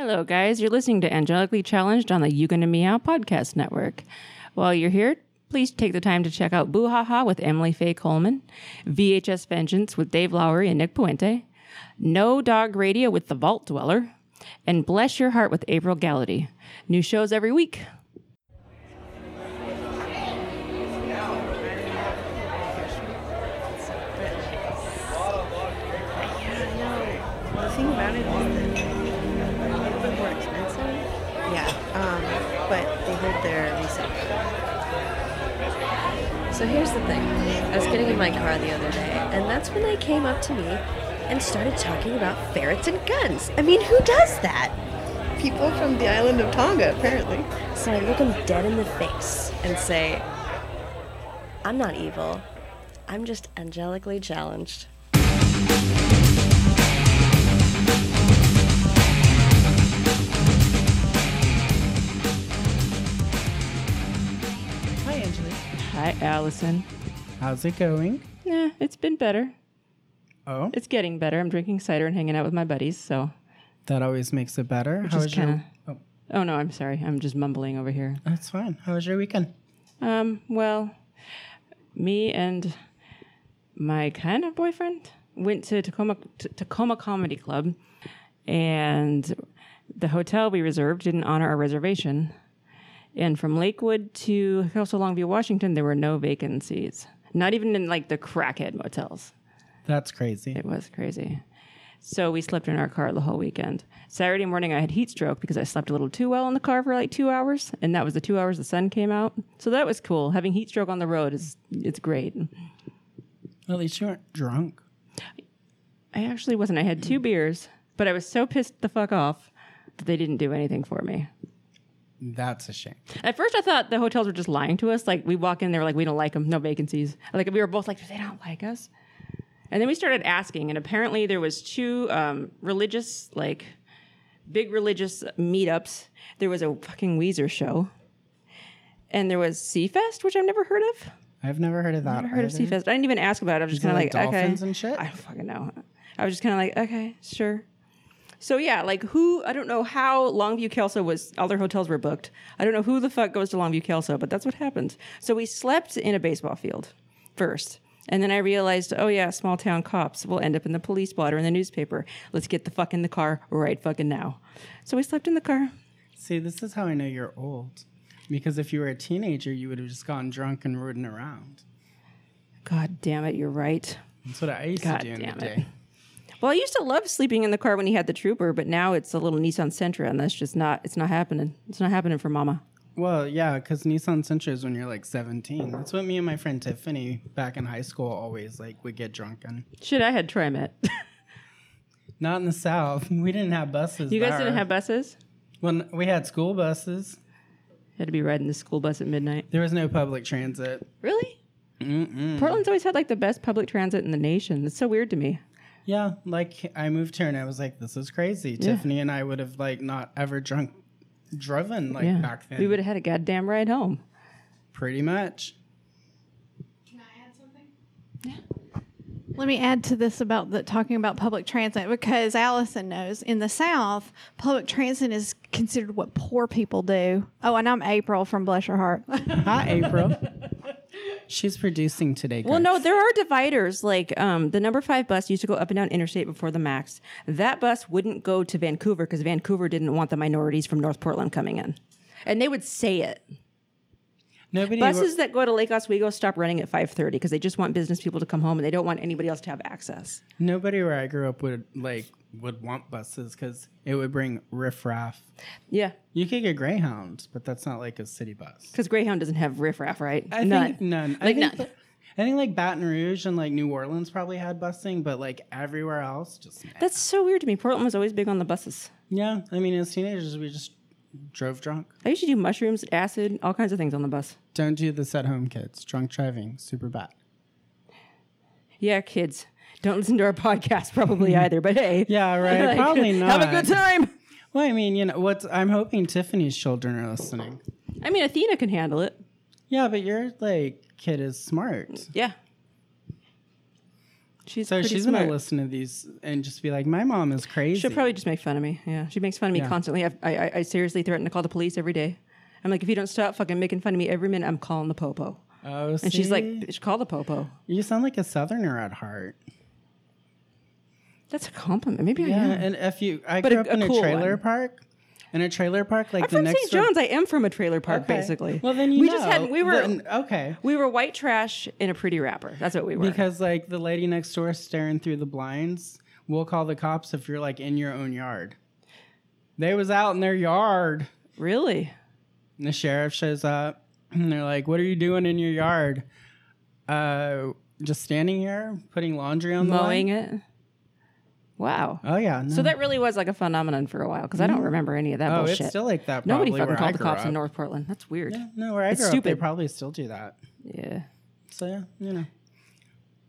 Hello, guys. You're listening to Angelically Challenged on the You Gonna Meow podcast network. While you're here, please take the time to check out Boo Ha Ha with Emily Faye Coleman, VHS Vengeance with Dave Lowery and Nick Puente, No Dog Radio with The Vault Dweller, and Bless Your Heart with April Gallaty. New shows every week. Yeah, no. The thing about it is that they're a little bit more expensive. Yeah, um, but they hold their resale. So here's the thing. I was getting in my car the other day, and that's when they came up to me and started talking about ferrets and guns. I mean, who does that? People from the island of Tonga, apparently. So I look them dead in the face and say, I'm not evil. I'm just angelically challenged. Hi, Angelique. Hi, Allison. How's it going? Yeah, it's been better. Oh, It's getting better. I'm drinking cider and hanging out with my buddies, so that always makes it better. How just was your? kinda- Oh, Oh no, I'm sorry. I'm just mumbling over here. that's fine. How was your weekend? Um, well, me and my kind of boyfriend went to Tacoma t- Tacoma Comedy Club, and the hotel we reserved didn't honor our reservation. And from Lakewood to Coastal Longview, Washington, there were no vacancies. Not even in like the crackhead motels. That's crazy. It was crazy. So we slept in our car the whole weekend. Saturday morning, I had heat stroke because I slept a little too well in the car for like two hours, and that was the two hours the sun came out. So that was cool. Having heat stroke on the road is it's great. At least you weren't drunk. I actually wasn't. I had two beers, but I was so pissed the fuck off that they didn't do anything for me. That's a shame. At first, I thought the hotels were just lying to us. Like we walk in, they were like, "We don't like them. No vacancies." Like we were both like, "They don't like us." And then we started asking, and apparently there was two um, religious, like big religious meetups. There was a fucking Weezer show, and there was Sea Fest, which I've never heard of. I've never heard of that. Never heard of Sea either. Fest. I didn't even ask about it. I was just Is it kind of like, like dolphins okay. and shit? I don't fucking know. I was just kind of like, okay, sure. So yeah, like who? I don't know how Longview Kelso was. All their hotels were booked. I don't know who the fuck goes to Longview Kelso, but that's what happened. So we slept in a baseball field first, and then I realized, oh yeah, small town cops will end up in the police blotter in the newspaper. Let's get the fuck in the car right fucking now. So we slept in the car. See, this is how I know you're old, because if you were a teenager, you would have just gotten drunk and rooting around. God damn it, you're right. That's what I used God to do in damn the it. day. Well, I used to love sleeping in the car when he had the trooper, but now it's a little Nissan Sentra, and that's just not. It's not happening. It's not happening for Mama. Well, yeah, because Nissan Sentra is when you're like 17. That's what me and my friend Tiffany back in high school always like would get drunk on. Shit, I had TriMet. Not in the South. We didn't have buses. you guys there. didn't have buses? When we had school buses, Had to be riding the school bus at midnight. there was no public transit. Really? mm Portland's always had like the best public transit in the nation. It's so weird to me. Yeah, like I moved here and I was like, this is crazy. Tiffany and I would have like not ever drunk driven like yeah, back then. we would have had a goddamn ride home. pretty much. Let me add to this about the talking about public transit because Allison knows in the South, public transit is considered what poor people do. Oh, and I'm April from Bless Your Heart. Hi, April. She's producing today. Well, guys. no, there are dividers. Like um, the number five bus used to go up and down interstate before the max. That bus wouldn't go to Vancouver because Vancouver didn't want the minorities from North Portland coming in, and they would say it. nobody. wa- Buses that go to Lake Oswego stop running at 5:30 because they just want business people to come home and they don't want anybody else to have access. nobody where I grew up would like would want buses because it would bring riffraff. Yeah, You could get Greyhounds, but that's not like a city bus. because Greyhound doesn't have riffraff, right? I think none. I Like think none. that- I think like Baton Rouge and like New Orleans probably had busing, but like everywhere else, just nah. That's so weird to me. Portland was always big on the buses. yeah. I mean, as teenagers, we just drove drunk. I used to do mushrooms, acid, all kinds of things on the bus. Don't do this at home, kids. Drunk driving, super bad. Yeah, kids, don't listen to our podcast probably either. But hey, Yeah, right. like, Probably not. Have a good time. Well, I mean, you know, what's I'm hoping Tiffany's children are listening. I mean, Athena can handle it. Yeah, but your like kid is smart. Yeah. She's So pretty she's smart. gonna listen to these and just be like, "My mom is crazy." She'll probably just make fun of me. Yeah, she makes fun of me Yeah. constantly. I, I, I- I seriously threaten to call the police every day. I'm like, if you don't stop fucking making fun of me every minute, I'm calling the popo. Oh, And she's like, see? bitch, call the popo. "You sound like a Southerner at heart." That's a compliment. Maybe I Yeah, am. and if you, I But grew a- up a in a cool trailer one. park. In a trailer park, like I'm the from next St. door- John's. I am from a trailer park, Okay. basically. Well, then you we know. just had we were Then- okay. we were white trash in a pretty wrapper. That's what we were. Because like the lady next door staring through the blinds, we'll call the cops if you're like in your own yard. They was out in their yard. really, And the sheriff shows up and they're like, What are you doing in your yard? Uh just standing here, putting laundry on mowing the line? it. Wow. Oh yeah. No. So that really was like a phenomenon for a while because I don't remember any of that Oh, bullshit. it's still like that Nobody probably fucking where I called the grew cops up. in North Portland. That's weird. Yeah. No, where I It's grew up, stupid. they probably still do that. So yeah, you know.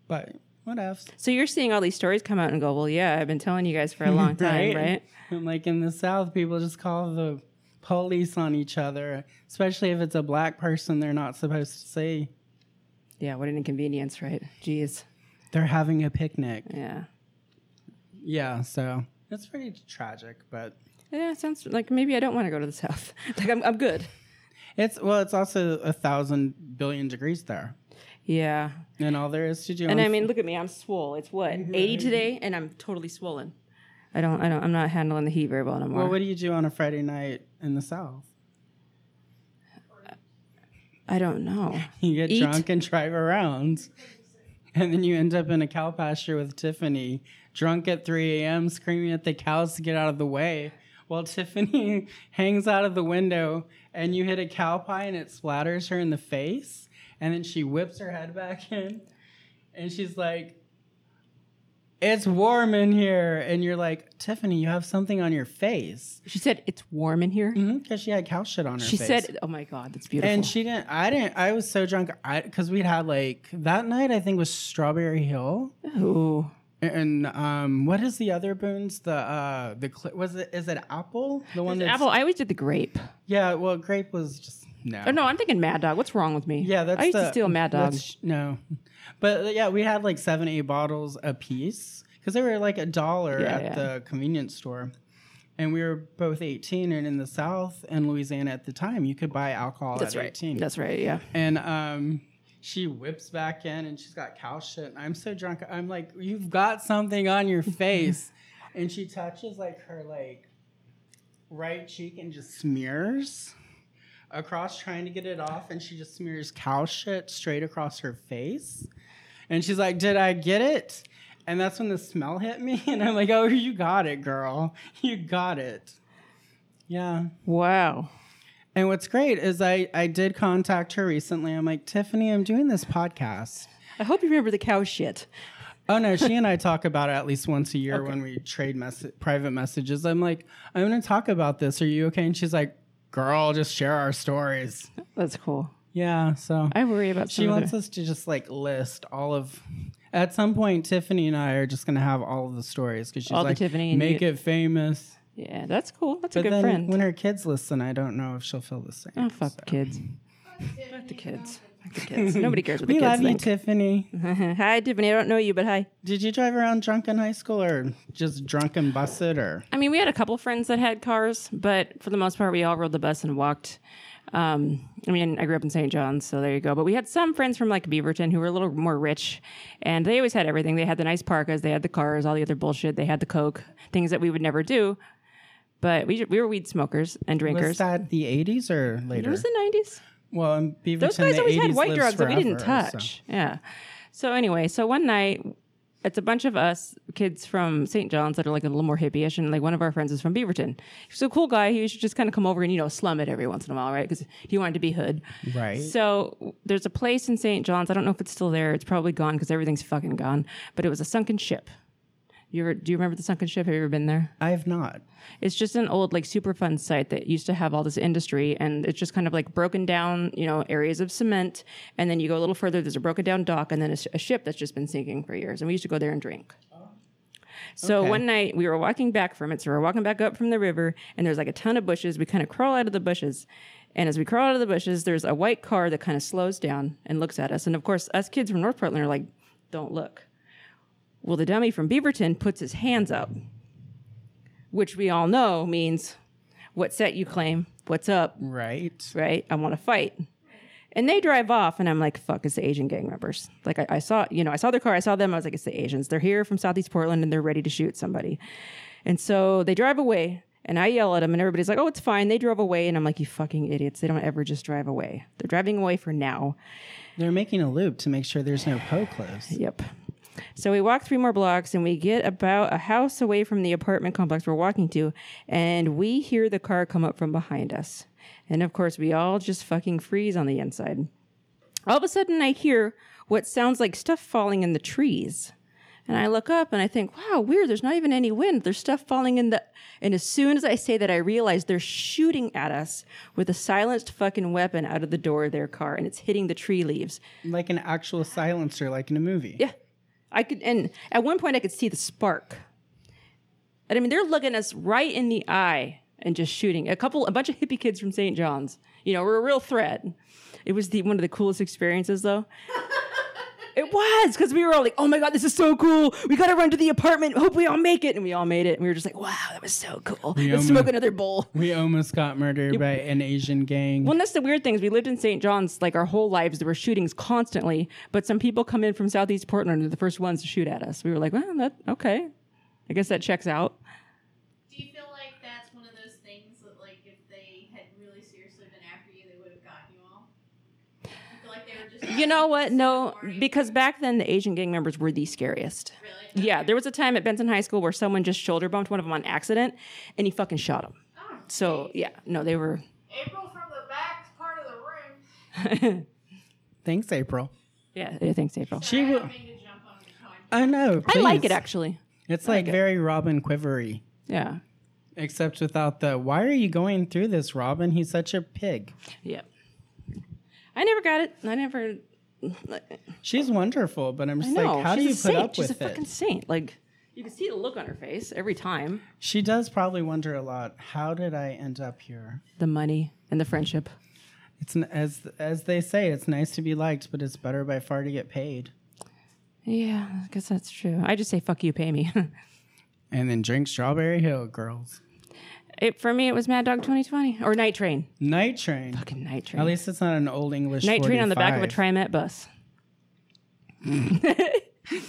But what else? So you're seeing all these stories come out and go, well, yeah, I've been telling you guys for a long time, right? And like in the South, people just call the police on each other, especially if it's a black person they're not supposed to see. Yeah. What an inconvenience, right? Jeez. They're having a picnic. Yeah. Yeah, so it's pretty tragic, but Yeah. It sounds like maybe I don't want to go to the South. like I'm, I'm good. it's well, it's also a thousand billion degrees there, Yeah. and all there is to do. And on- I mean, look at me. I'm swole. It's what Mm-hmm. 80 today, and I'm totally swollen. I don't. I don't. I'm not handling the heat very well anymore. well, what do you do on a Friday night in the South? I don't know. You get Eat. drunk and drive around. And then you end up in a cow pasture with Tiffany, drunk at 3 a.m., screaming at the cows to get out of the way, while Tiffany hangs out of the window and you hit a cow pie and it splatters her in the face. And then she whips her head back in and she's like, It's warm in here. And you're like, Tiffany, you have something on your face. She said it's warm in here. Because she had cow shit on Mm-hmm. her She face. said, "Oh my god, that's beautiful." And she didn't. I didn't. I was so drunk. I because we'd had like that night. I think was Strawberry Hill. Ooh. And um, what is the other boons? The uh, the cl- was it? Is it apple? The one that's Apple. I always did the grape. yeah. Well, grape was just no. Oh no, I'm thinking Mad Dog. What's wrong with me? Yeah, that's I used the- to steal Mad Dog. that's- No, but uh, yeah, we had like seven, eight bottles a piece because they were like a dollar Yeah, at yeah. the convenience store, and we were both eighteen. And in the South and Louisiana at the time, you could buy alcohol That's at right. eighteen. That's right. Yeah. and um she whips back in and she's got cow shit and i'm so drunk i'm like you've got something on your face and she touches like her like right cheek and just smears across trying to get it off and she just smears cow shit straight across her face and she's like did i get it and that's when the smell hit me and i'm like oh you got it girl you got it yeah Wow. and what's great is I, I did contact her recently. I'm like, Tiffany, I'm doing this podcast. I hope you remember the cow shit. Oh no, she and I talk about it at least once a year when we trade mess- private messages. I'm like, I'm gonna talk about this. Are you okay? And she's like, Girl, just share our stories. That's cool. Yeah, so I worry about. she some wants other- us to just like list all of. At some point, Tiffany and I are just gonna have all of the stories because she's All the like, Tiffany and make you- it famous. yeah, that's cool. That's a But good then friend. when her kids listen, I don't know if she'll feel the same. Oh, fuck the kids. Fuck the kids. Fuck the kids. Nobody cares what the We kids love you, think. Tiffany. hi, Tiffany. I don't know you, but hi. Did you drive around drunk in high school or just drunk and busted or? I mean, we had a couple friends that had cars, but for the most part, we all rode the bus and walked. Um, I mean, I grew up in St. John's, so there you go. But we had some friends from like Beaverton who were a little more rich, and they always had everything. They had the nice parkas, they had the cars, all the other bullshit. They had the coke, things that we would never do. But we we were weed smokers and Was drinkers. that the 80s or later? It was the nineties. well, in Beaverton, Those guys the always 80s had white lives drugs that we didn't forever, so- touch. Yeah. So anyway, so one night, it's a bunch of us kids from St. John's that are like a little more hippie-ish, and like one of our friends is from Beaverton. He's a cool guy. He used to just kind of come over and you know slum it every once in a while, right? Because he wanted to be hood. Right. So w- there's a place in St. John's. I don't know if it's still there. It's probably gone because everything's fucking gone. But it was a sunken ship. You ever, do you remember the sunken ship? Have you ever been there? I've not. It's just an old like Superfund site that used to have all this industry, and it's just kind of like broken down, you know, areas of cement, and then you go a little further. There's a broken down dock, and then a, sh- a ship that's just been sinking for years. And we used to go there and drink. So Okay. one night we were walking back from it. So we were walking back up from the river, and there's like a ton of bushes. We kind of crawl out of the bushes. And as we crawl out of the bushes, there's a white car that kind of slows down and looks at us. And of course, us kids from North Portland are like, don't look. Well, the dummy from Beaverton puts his hands up, which we all know means what set you claim, what's up, Right. right? I want to fight. And they drive off, and I'm like, fuck, it's the Asian gang members. Like, I, I saw, you know, I saw their car, I saw them, I was like, it's the Asians. They're here from Southeast Portland and they're ready to shoot somebody. And so they drive away, and I yell at them, and everybody's like, oh, it's fine. They drove away. And I'm like, you fucking idiots. They don't ever just drive away. They're driving away for now. They're making a loop to make sure there's no po close. Yep. So we walk three more blocks and we get about a house away from the apartment complex we're walking to, and we hear the car come up from behind us. And of course, we all just fucking freeze on the inside. All of a sudden, I hear what sounds like stuff falling in the trees. And I look up and I think, wow, weird, there's not even any wind. There's stuff falling in the. And as soon as I say that, I realize they're shooting at us with a silenced fucking weapon out of the door of their car and it's hitting the tree leaves. Like an actual silencer, like in a movie. Yeah. I could, and at one point I could see the spark. And I mean, they're looking us right in the eye and just shooting. A couple, a bunch of hippie kids from St. John's, you know, were a real threat. It was the one of the coolest experiences, though. it was because we were all like, "Oh my god, this is so cool! We got to run to the apartment. Hope we all make it." And we all made it. And we were just like, "Wow, that was so cool! Let's almost- smoke another bowl." We almost got murdered by an Asian gang. Well, and that's the weird thing is we lived in St. John's like our whole lives. There were shootings constantly, but some people come in from Southeast Portland and they're the first ones to shoot at us. We were like, well, that okay. I guess that checks out. Do you feel like that's one of those things that, like, if they had really seriously been after you, they would have gotten you all? Do you feel like they were just. You know what? No, because back then the Asian gang members were the scariest. Really? Yeah, there was a time at Benson High School where someone just shoulder bumped one of them on accident, and he fucking shot him. Oh, So yeah, no, they were. April from the back part of the room. Thanks, April. Yeah, thanks, April. She I will. don't mean to jump on your time. I know. I like please. it actually. It's like very Robin Quivery, Yeah, except without the. Why are you going through this, Robin? He's such a pig. yeah. I never got it. I never. She's wonderful, but I'm I just know. like, how She's do a you put saint. up She's with a it? fucking saint. Like you can see the look on her face every time. She does probably wonder a lot. How did I end up here? The money and the friendship. It's n- as as they say, it's nice to be liked, but it's better by far to get paid. Yeah, I guess that's true. I just say fuck you, pay me. And then drink Strawberry Hill, girls. it for me it was Mad Dog 2020 or Night Train. Night Train. Fucking Night Train. At least it's not an old English. Night Train on the back of a 45. TriMet bus.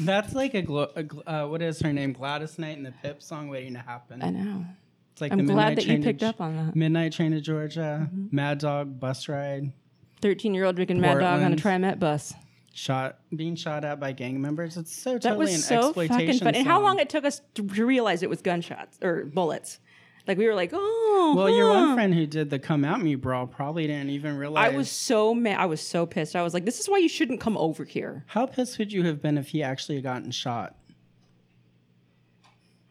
That's like a, glo- a gl- uh, what is her name? Gladys Knight and the Pip song waiting to happen. I know. It's like I'm the glad Midnight that you Train to picked Ge- up on that. Mm-hmm. Midnight Train to Georgia, Mad Dog bus ride, 13 year old drinking Mad Dog on a TriMet bus. shot being shot at by gang members. It's so That totally an was so exploitation. fucking fun. And how song. long it took us to to realize it was gunshots or bullets. Like we were like, oh. Well, your huh. one friend who did the "Come At Me" brawl probably didn't even I realize. was so mad. I was so pissed. I was like, this is why you shouldn't come over here. How pissed would you have been if he actually had gotten shot?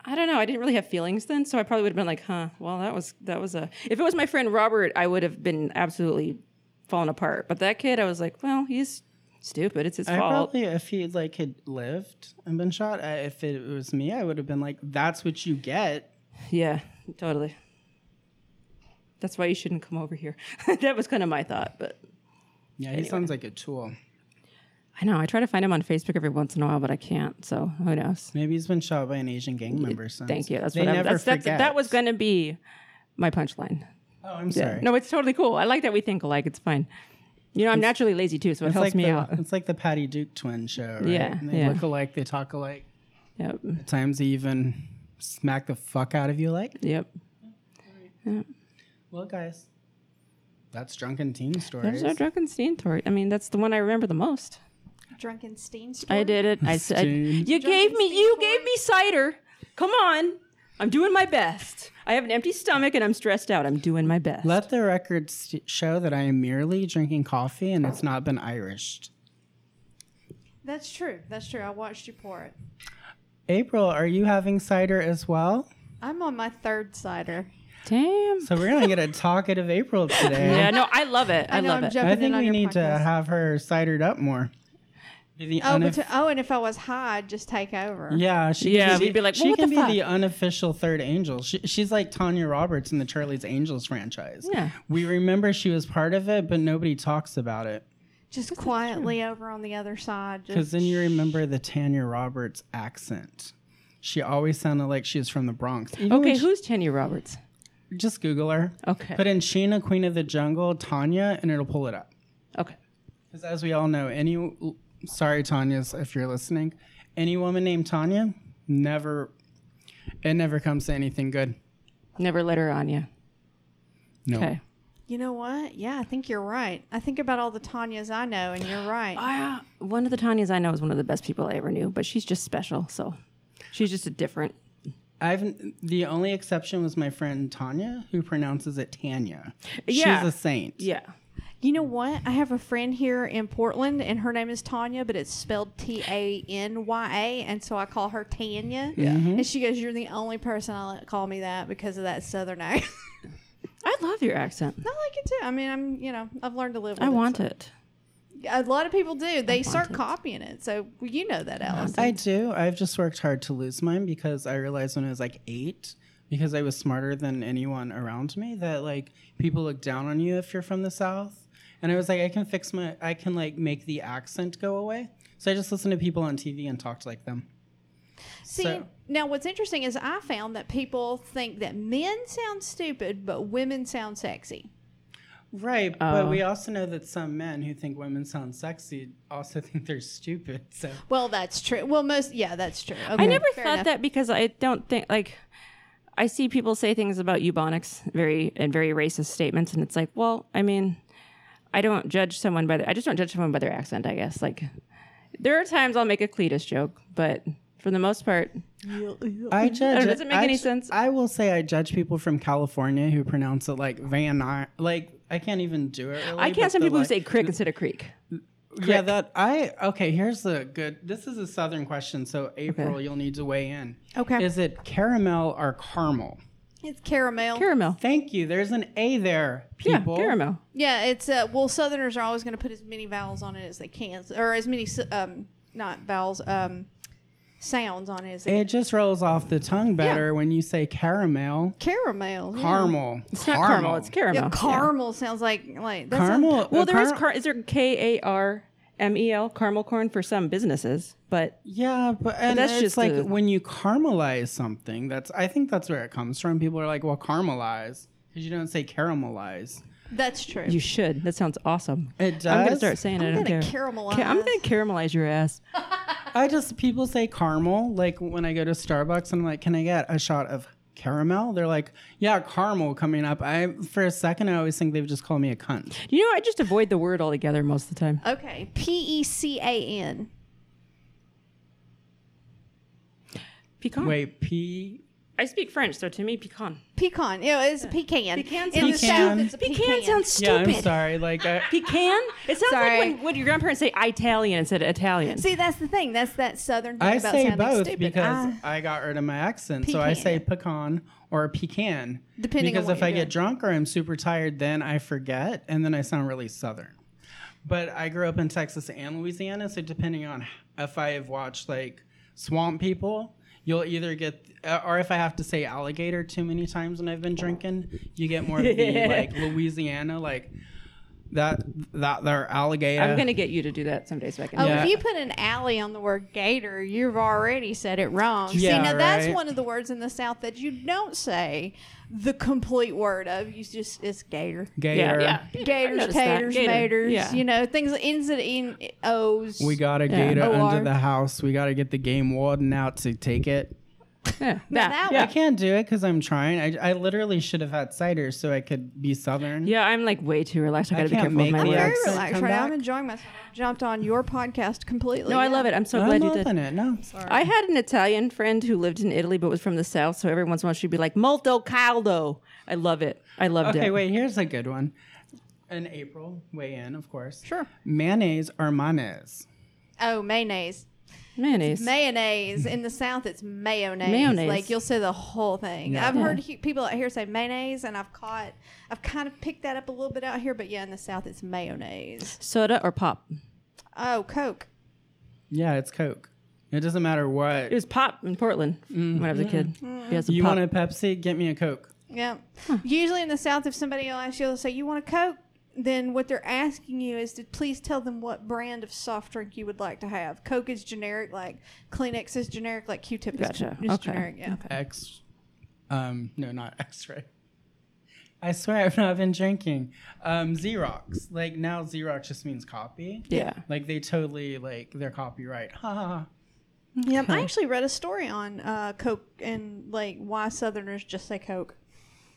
I don't know. I didn't really have feelings then, so I probably would have been like, "Huh, well, that was that was a." If it was my friend Robert, I would have been absolutely falling apart. But that kid, I was like, "Well, he's stupid. It's his I fault." probably, if he like had lived and been shot, I, if it was me, I would have been like, "That's what you get." Yeah, totally. That's why you shouldn't come over here. that was kind of my thought, but Yeah, he sounds like a tool. I know I try to find him on Facebook every once in a while, but I can't. So who knows? Maybe he's been shot by an Asian gang member. Since. Thank you. That's they what I, never that's, that's, forget. that was going to be my punchline. Oh, I'm Yeah. sorry. No, it's totally cool. I like that we think alike. It's fine. You know, I'm naturally lazy too, so it it's helps like me the, out. It's like the Patty Duke twin show. Right? Yeah, And they yeah. look alike. They talk alike. Yep. At times, they even smack the fuck out of you. Like, Yep. well, guys, that's drunken teen stories. There's no drunken Steen story. I mean, that's the one I remember the most. Drunken Steen I did it. I said, Steen. "You gave me, you gave me cider. Come on, I'm doing my best. I have an empty stomach and I'm stressed out. I'm doing my best." Let the record st- show that I am merely drinking coffee and it's not been Irished. That's true. That's true. I watched you pour it. April, are you having cider as well? I'm on my third cider. Damn. So we're gonna get a talkative April today. Yeah, no, I love it. I, know love I'm it. jumping I in think on we your need to podcast. have her cidered up more. The Oh, but unif- to, oh, and if I was high, I'd just take over. yeah, she Yeah, she- we'd be like, she "Well, what can the be fuck?" the unofficial third angel. She, she's like Tanya Roberts in the Charlie's Angels franchise. Yeah. we remember she was part of it, but nobody talks about it. Just quietly over on the other side. Because Just then you remember the Tanya Roberts accent. She always sounded like she was from the Bronx. Even when Mm-hmm. Okay, she- who's Tanya Roberts? just Google her. Okay. Put in Sheena, Queen of the Jungle, Tanya, and it'll pull it up. Okay. Because as we all know, any sorry Tanya's if you're listening, any woman named Tanya never it never comes to anything good. Never let her on you. No. Okay. you know what? Yeah, I think you're right. I think about all the Tanyas I know, and you're right. Ah, one of the Tanyas I know is one of the best people I ever knew, but she's just special. So she's just a different. I've the only exception was my friend Tanya, who pronounces it Tanya. Yeah. She's a saint. Yeah. You know what? I have a friend here in Portland, and her name is Tanya, but it's spelled T A N Y A, and so I call her Tanya. Yeah. Mm-hmm. And she goes, "You're the only person I let call me that because of that Southern accent." I love your accent. I like it too. I mean, I'm you know I've learned to live. with I want so- it. A lot of people do. They start copying it. So you know that, Alice. I do. I've just worked hard to lose mine because I realized when I was like eight, because I was smarter than anyone around me, that like people look down on you if you're from the South. And I was like, I can fix my, I can like make the accent go away. So I just listened to people on TV and talked like them. See, So- now what's interesting is I found that people think that men sound stupid, but women sound sexy. Right. But we also know that some men who think women sound sexy also think they're stupid. So Well, that's true. Well, most yeah, that's true. Okay, I never fair thought enough. that because I don't think like I see people say things about eubonics very and very racist statements, and it's like, well, I mean, I don't judge someone by the, I just don't judge someone by their accent. I guess like there are times I'll make a Cletus joke, but for the most part, I judge. does it make I any ju- sense? I will say I judge people from California who pronounce it like Van. I- Like I can't even do it. Really, I but can't stand the, people who like- say crick instead of creek. Yeah, that I okay. Here's the good. This is a southern question, so April, you'll need to weigh in. Okay. Is it caramel or caramel? it's caramel. Caramel. Thank you. There's an A there, Yeah, people. caramel. yeah, it's uh, well, Southerners are always going to put as many vowels on it as they can, or as many s- um not vowels um sounds on it as they It just rolls off the tongue better when you say caramel. Caramel. yeah. Caramel. It's not caramel. It's caramel. Yeah, caramel sounds like like that's Caramel. Well, there is car- car- is there K A R M E L caramel corn for some businesses, but Yeah, but and that's it's just like a- when you caramelize something. That's I think that's where it comes from. People are like, well, caramelize because you don't say caramelize. that's true. you should. That sounds awesome. It does. I'm gonna start saying it. I I'm don't gonna care. caramelize. Ca- I'm gonna caramelize your ass. I just people say caramel. Like when I go to Starbucks, I'm like, "Can I get a shot of caramel?" They're like, "Yeah, caramel coming up." I for a second, I always think they've just called me a cunt. You know, I just avoid the word altogether most of the time. Okay, P E C A N. Pecan. Wait, P. I speak French, so to me, pecan. Pecan. Yeah, it's a pecan. Pecan In the sounds south, stupid. it's a pecan. Pecan, sounds Yeah, stupid. I'm sorry. Like, I, Pecan? It sounds Sorry. like when, when your grandparents say Italian instead of Italian. See, that's the thing. That's that southern thing I about say sounding both stupid. because Ah, I got rid of my accent, so I say pecan or pecan. Depending on because what if you're I doing. get drunk or I'm super tired, then I forget, and then I sound really southern. But I grew up in Texas and Louisiana, so depending on if I have watched like Swamp People, you'll either get, uh, or if I have to say alligator too many times when I've been drinking, you get more of the like Louisiana like that that there alligator. I'm gonna get you to do that someday so I can. Oh, Yeah. if you put an alley on the word gator, you've already said it wrong. See, Yeah, now that's right. one of the words in the South that you don't say the complete word of. You just it's gator, Yeah, gator. yeah. I've gators, noticed that. taters, Gator. maters. Yeah. You know things ends and in o's. We got to get it OR. under the house. We got to get the game warden out to take it. Yeah. that yeah. I can't do it because I'm trying. I, I literally should have had cider so I could be southern. Yeah, I'm like way too relaxed. I I gotta be can't careful with make my the I'm very words. accent relaxed come right now. I'm back. enjoying myself. I jumped on your podcast completely. No, I love it. I'm so I'm glad you did. loving it. No, sorry. I had an Italian friend who lived in Italy but was from the south, so every once in a while she'd be like "molto caldo." I love it. I loved Okay, it. wait. Here's a good one. In April, weigh in, of course. Sure. Mayonnaise or mayonnaise? Oh, mayonnaise. Mayonnaise. Mayonnaise in the South, it's mayonnaise. Mayonnaise. Like you'll say the whole thing. I've heard he- people out here say mayonnaise, and I've caught, I've kind of picked that up a little bit out here. But yeah, in the South, it's mayonnaise. Soda or pop? Oh, Coke. Yeah, it's Coke. It doesn't matter what. It was pop in Portland when I was a kid. Mm. Yeah, it's a Mm. you pop. want a Pepsi? Get me a Coke. Yeah. Usually in the South, if somebody will ask you, they'll say, "You want a Coke?" then what they're asking you is to please tell them what brand of soft drink you would like to have. Coke is generic, like Kleenex is generic, like Q-tip Gotcha. is, is Okay. generic. Yeah. X. Um, no, not X-ray. I swear I've not been drinking. Um, Xerox. Like now, Xerox just means copy. Yeah. Like they totally like their copyright. Ha ha. ha. Yeah, I actually read a story on uh, Coke and like why Southerners just say Coke.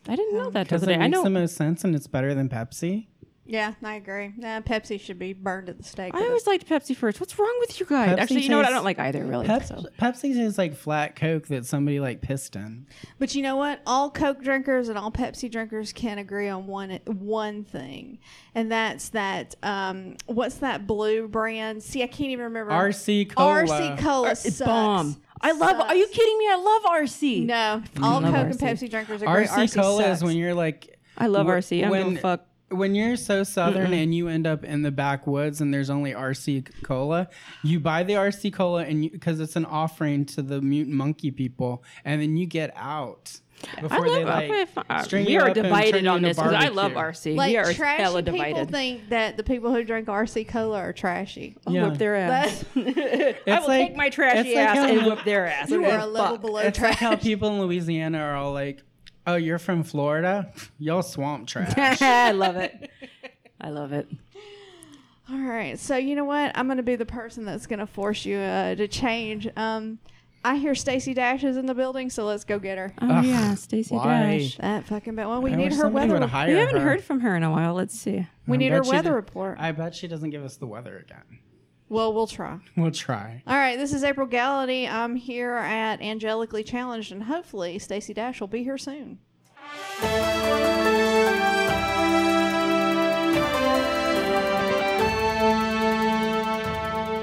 I didn't know that the Because other it day. I makes the know. most sense, and it's better than Pepsi. Yeah, I agree. Nah, Pepsi should be burned at the stake. I for always liked Pepsi first. What's wrong with you guys? Pepsi Actually, you know what? I tastes- don't like either really. Pepsi, so. Pepsi tastes like flat Coke that somebody like pissed in. But you know what? All Coke drinkers and all Pepsi drinkers can agree on one one thing, and that's that. Um, what's that blue brand? See, I can't even remember. RC Cola. RC Cola. It's sucks. bomb. I love. Are you Mm, kidding me? I love RC. No, all love Coke and RC. Pepsi drinkers agree. RC, RC, Cola sucks. is when you're like. I love wh- RC. I don't give a fuck. When you're so southern and you end up in the backwoods and there's only RC cola, you buy the RC cola and because it's an offering to the mutant monkey people, and then you get out before I they love. like I- string we you are up and turn divided you on into this because I barbecue. love RC. like we are trashy hella people divided. think that the people who drink RC Cola are trashy. I'll Yeah. Whoop their ass. I It's will like- take my it's trashy like ass how- and whoop their ass. You Okay, are a level fuck. below It's like trash. how people in Louisiana are all like, "Oh, you're from Florida? Y'all swamp trash." I love it. I love it. All right, so you know what? I'm going to be the person that's going to force you uh, to change. Um, I hear Stacy Dash is in the building, so let's go get her. Oh Ugh, yeah, Stacey why? Dash. That fucking bad. Well, I we wish need her somebody weather. would report. hire We haven't her. heard from her in a while. Let's see. we I need her bet she weather did- report. I bet she doesn't give us the weather again. well, we'll try. We'll try. All right, this is April Gallaty. I'm here at Angelically Challenged, and hopefully Stacy Dash will be here soon.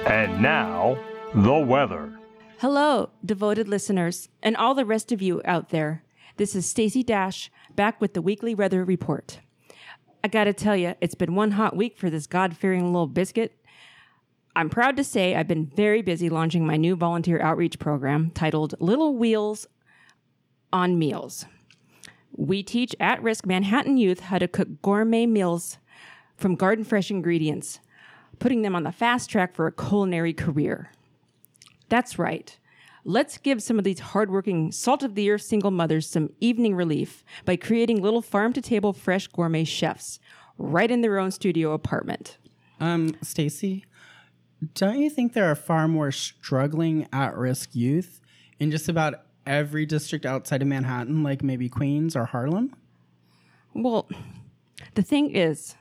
And now, the weather. Hello, devoted listeners, and all the rest of you out there. This is Stacy Dash back with the weekly weather report. I gotta tell you, it's been one hot week for this God fearing little biscuit. I'm proud to say I've been very busy launching my new volunteer outreach program titled Little Wheels on Meals. We teach at risk Manhattan youth how to cook gourmet meals from garden fresh ingredients, putting them on the fast track for a culinary career. That's right. Let's give some of these hardworking, salt of the earth single mothers some evening relief by creating little farm to table fresh gourmet chefs right in their own studio apartment. Um, Stacy, don't you think there are far more struggling at-risk youth in just about every district outside of Manhattan, like maybe Queens or Harlem? Well, the thing is,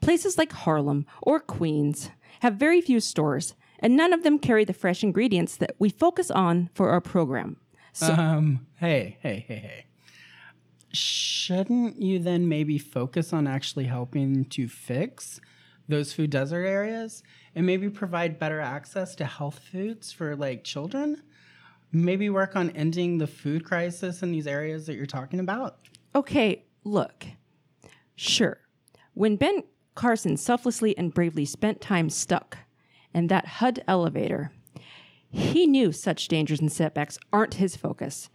places like Harlem or Queens have very few stores, and none of them carry the fresh ingredients that we focus on for our program. Um, hey, hey, hey, hey. Shouldn't you then maybe focus on actually helping to fix those food desert areas and maybe provide better access to health foods for like children? Maybe work on ending the food crisis in these areas that you're talking about? Okay, look. Sure. When Ben Carson selflessly and bravely spent time stuck in that HUD elevator, he knew such dangers and setbacks aren't his focus,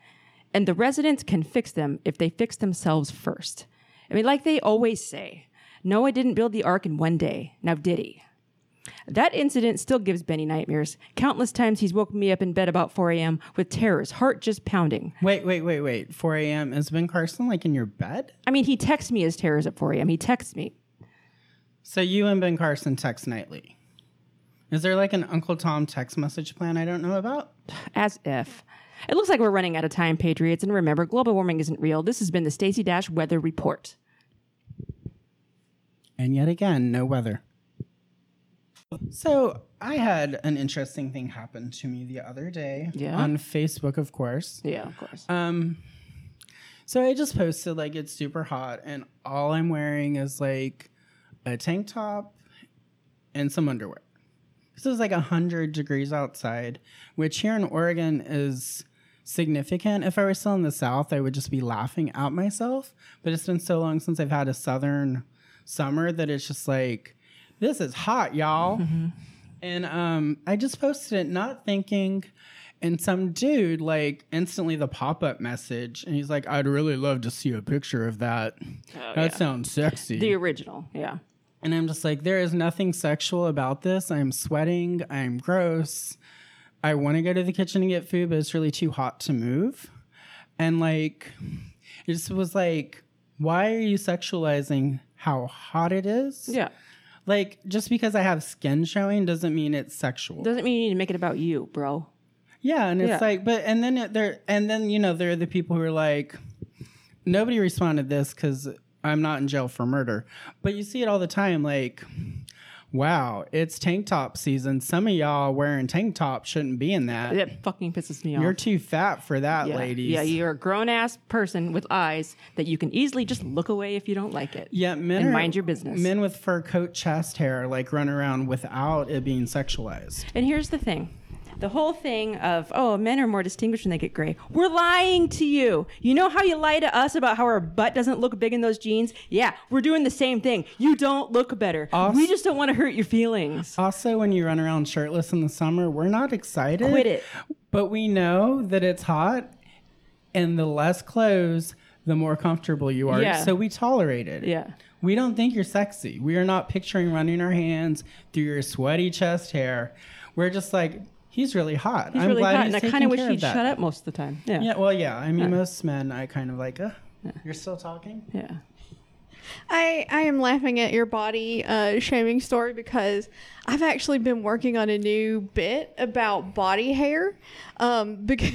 and the residents can fix them if they fix themselves first. I mean, like they always say Noah didn't build the ark in one day. Now, did he? That incident still gives Benny nightmares. Countless times he's woken me up in bed about 4 a.m. with terrors, heart just pounding. Wait, wait, wait, wait. 4 a.m. Is Ben Carson like in your bed? I mean, he texts me his terrors at 4 a.m. He texts me. So you and Ben Carson text nightly. Is there like an Uncle Tom text message plan I don't know about? As if. It looks like we're running out of time, Patriots. And remember, global warming isn't real. This has been the Stacey Dash Weather Report. And yet again, no weather. So I had an interesting thing happen to me the other day Yeah? on Facebook, of course. Yeah, of course. Um, so I just posted like it's super hot, and all I'm wearing is like a tank top and some underwear. This is like hundred degrees outside, which here in Oregon is significant. If I were still in the South, I would just be laughing at myself. But it's been so long since I've had a Southern summer that it's just like this is hot, y'all. And um, I just posted it, not thinking. And some dude, like, instantly the pop up message, and he's like, I'd really love to see a picture of that. that sounds sexy. the original. Yeah. And I'm just like, there is nothing sexual about this. I'm sweating. I'm gross. I want to go to the kitchen and get food, but it's really too hot to move. And like, it just was like, why are you sexualizing how hot it is? Yeah. Like, just because I have skin showing doesn't mean it's sexual. Doesn't mean you need to make it about you, bro. Yeah, and it's Yeah. like, but and then it- there, and then you know, there are the people who are like, nobody responded this because I'm not in jail for murder. But you see it all the time, like, wow, it's tank top season. Some of y'all wearing tank top shouldn't be in that. That fucking pisses me off. You're too fat for that, yeah. ladies. Yeah, you're a grown ass person with eyes that you can easily just look away if you don't like it. Yeah, men And are- mind your business. Men with fur coat, chest hair, like run around without it being sexualized. And here's the thing. The whole thing of, oh, men are more distinguished when they get gray. We're lying to you. You know how you lie to us about how our butt doesn't look big in those jeans? Yeah, we're doing the same thing. You don't look better. Us- we just don't want to hurt your feelings. Also, when you run around shirtless in the summer, we're not excited. Quit it. But we know that it's hot, and the less clothes, the more comfortable you are. Yeah. So we tolerate it. Yeah. We don't think you're sexy. We are not picturing running our hands through your sweaty chest hair. We're just like, he's really hot. He's I'm really glad hot, he's and I taking kind of wish care of he'd that. shut up most of the time. Yeah. Yeah, well, yeah. I mean, most men, I kind of like, uh, you're still talking? Yeah. I, I am laughing at your body uh, shaming story because I've actually been working on a new bit about body hair. Um, because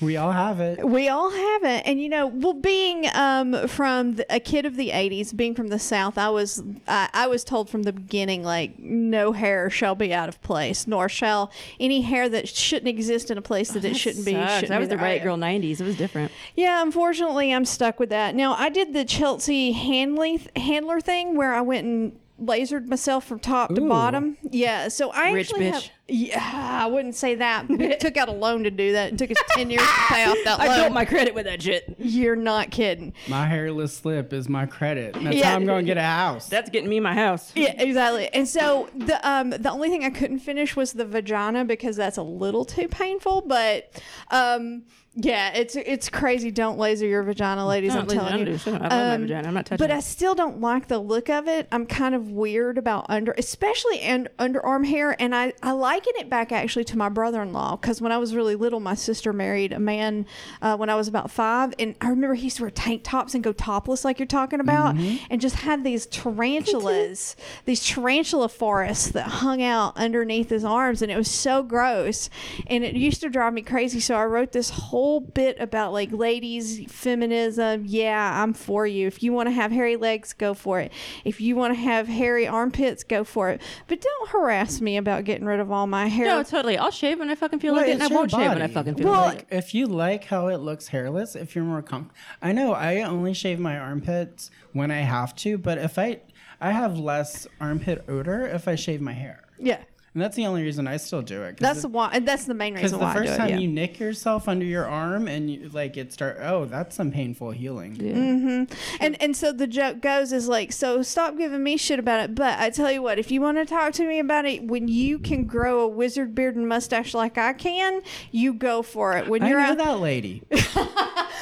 We all have it. we all have it. And, you know, well, being um, from the, a kid of the 80s, being from the South, I was, I, I was told from the beginning, like, no hair shall be out of place, nor shall any hair that shouldn't exist in a place that it shouldn't be. Sucks. Shouldn't that be was the there. Riot I- Girl 90s. It was different. yeah, unfortunately, I'm stuck with that. Now, I did the Chelsea Handley handler thing where I went and lasered myself from top to Ooh. bottom. Yeah, so I Rich actually bitch. have. Yeah, I wouldn't say that. It took out a loan to do that. It took us ten years to pay off that I built loan. my credit with that shit. You're not kidding. My hairless slip is my credit. That's Yeah. how I'm going to get a house. That's getting me my house. Yeah, exactly. And so the um the only thing I couldn't finish was the vagina because that's a little too painful. But um yeah, it's it's crazy. Don't laser your vagina, ladies. Mm, Don't I'm laser- I telling don't you. do- Um, I love my vagina. I'm not touching But it. I still don't like the look of it. I'm kind of weird about under, especially and underarm hair. And I I liken it back actually to my brother-in-law because when I was really little, my sister married a man uh, when I was about five, and I remember he used to wear tank tops and go topless like you're talking about, Mm-hmm. and just had these tarantulas, these tarantula forests that hung out underneath his arms, and it was so gross, and it used to drive me crazy. So I wrote this whole bit about like ladies, feminism. Yeah, I'm for you. If you want to have hairy legs, go for it. If you want to have hairy armpits, go for it. But don't harass me about getting rid of all my hair. No, totally. I'll shave when I fucking feel Well, like it, and I it's your won't shave when I body. fucking feel like it. like if you like how it looks hairless, if you're more comfortable. I know I only shave my armpits when I have to, but if I I have less armpit odor if I shave my hair. yeah, And that's the only reason I still do it. 'cause that's it- why. That's the main because reason the why I do first it. time yeah. you nick yourself under your arm and you, like it start oh that's some painful healing And and so the joke goes is like, so stop giving me shit about it. But I tell you what, if you want to talk to me about it, when you can grow a wizard beard and mustache like I can, you go for it. When I you're know out, that lady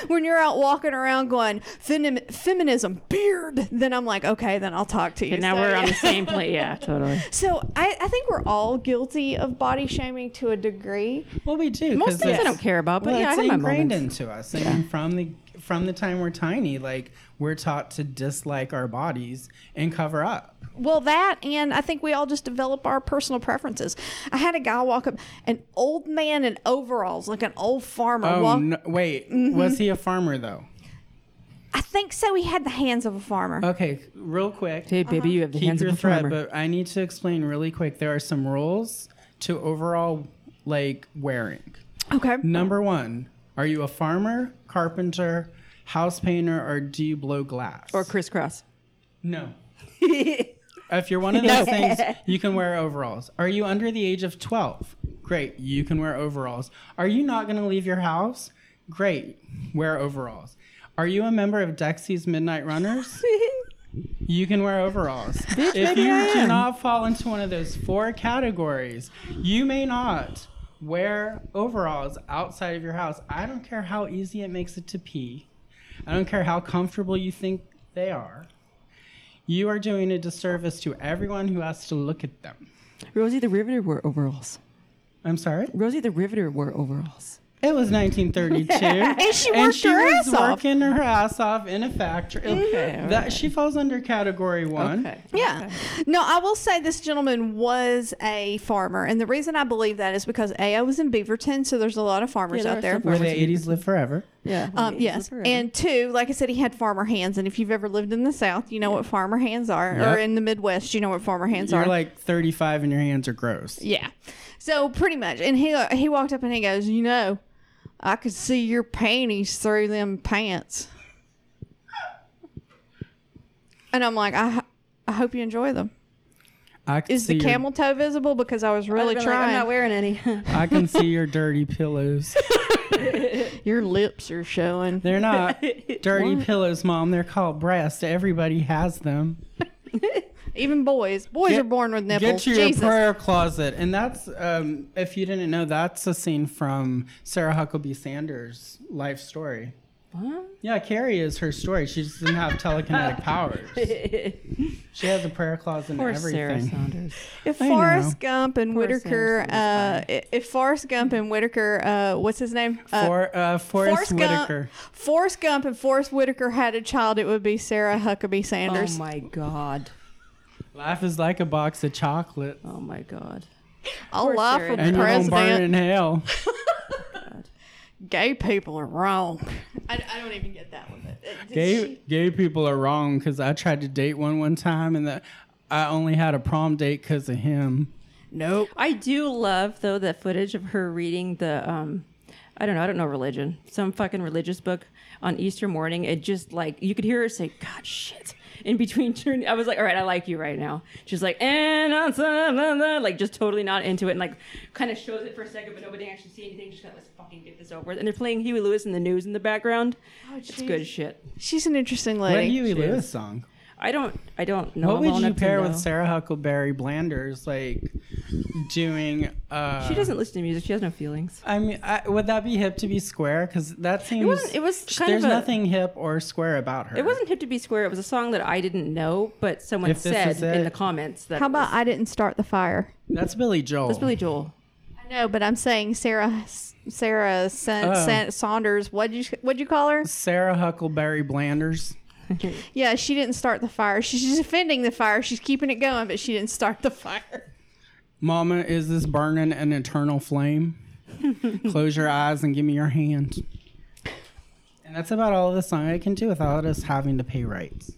when you're out walking around going "Femi- feminism beard, then I'm like, okay, then I'll talk to you. And now So, we're on yeah. the same plate. Yeah, totally. So I, I think we're all guilty of body shaming to a degree. well we do Most 'cause things I it's- don't care about, but well, yeah, I it's have my ingrained moments. into us and from the from the time we're tiny like we're taught to dislike our bodies and cover up Well, that and I think we all just develop our personal preferences. I had a guy walk up, an old man in overalls, like an old farmer. oh walk, no, wait was he a farmer though I think so. He had the hands of a farmer. okay real quick Hey, baby, you have the keep hands of your a thread farmer. but i need to explain really quick there are some rules to overall like wearing okay. Number one, are you a farmer, carpenter, house painter, or do you blow glass? or crisscross. no. if you're one of those things, you can wear overalls. Are you under the age of 12? Great, you can wear overalls. Are you not going to leave your house? Great, wear overalls. Are you a member of Dexy's Midnight Runners? You can wear overalls. if you do not fall into one of those four categories, you may not wear overalls outside of your house. I don't care how easy it makes it to pee. I don't care how comfortable you think they are. You are doing a disservice to everyone who has to look at them. Rosie the Riveter wore overalls. I'm sorry. Rosie the Riveter wore overalls. It was 1932, and she worked her was ass off. working her ass off in a factory. Okay, all that she falls under category one. Okay. Yeah. No, I will say this gentleman was a farmer. And the reason I believe that is because A, I was in Beaverton, so there's a lot of farmers Yeah, there are out there. some Where farmers. the 80s live forever. Yeah. Um, yes. Forever. And two, like I said, he had farmer hands. And if you've ever lived in the South, you know what farmer hands are. Yep. Or in the Midwest, you know what farmer hands You're are. like 35 and your hands are gross. yeah. So pretty much. And he, uh, he walked up and he goes, You know, I could see your panties through them pants. And I'm like, I, I hope you enjoy them. I can Is see the your- camel toe visible? Because I was I'd really be like, trying. I'm not wearing any. I can see your dirty pillows. Your lips are showing. They're not dirty pillows, mom. They're called breasts. Everybody has them. Even boys. Boys Get- are born with nipples. Get to your Jesus. prayer closet, and that's um, if you didn't know, that's a scene from Sarah Huckabee Sanders' life story. Yeah, Carrie is her story. She just didn't have telekinetic powers. She has a prayer closet and Poor Sarah everything. Saunders. If I know. Forrest Gump and Poor Whitaker, Samson was uh, i- if Forrest Gump and Whitaker, uh, what's his name? Uh, For uh, Forrest Whitaker. Gump, Forrest Gump and Forrest Whitaker had a child, it would be Sarah Huckabee Oh Sanders. my god. Life is like a box of chocolate, Oh my god. I'll poor lie Sarah. for the and you're gonna burn in president. hell. Gay people are wrong. I, I don't even get that one. but, uh, did gay she- gay people are wrong because I tried to date one one time and that I only had a prom date because of him. Nope. I do love though the footage of her reading the um I don't know, I don't know religion. Some fucking religious book on Easter morning. It just like you could hear her say, God shit. In between turn I was like, All right, I like you right now. She's like, and on some- blah, blah," like just totally not into it and like kind of shows it for a second, but nobody actually see anything, just kind of let's fucking get this over with. And they're playing Huey Lewis in the news in the background. Oh, it's jeez. good shit. She's an interesting What lady. Huey Lewis song? I don't I don't know. What I'm would old you enough to pair know. with Sarah Huckleberry Blanders like doing? Uh, She doesn't listen to music, she has no feelings. I mean, I, would that be hip to be square? Because that seems wasn't- it was sh- kind there's of a- nothing hip or square about her. It wasn't Hip to Be Square. It was a song that I didn't know, but someone If this said is it. in the comments that. How it about was, I didn't start the fire? That's Billy Joel. It's Billy Joel. I know, but I'm saying Sarah, Sarah Sa- Oh. Sa- Saunders. What would you what'd you call her? Sarah Huckleberry Blanders. Yeah, she didn't start the fire. She's defending the fire. She's keeping it going, but she didn't start the fire. Mama, is this burning an eternal flame? Close your eyes and give me your hand. And that's about all the song I can do without us having to pay rights.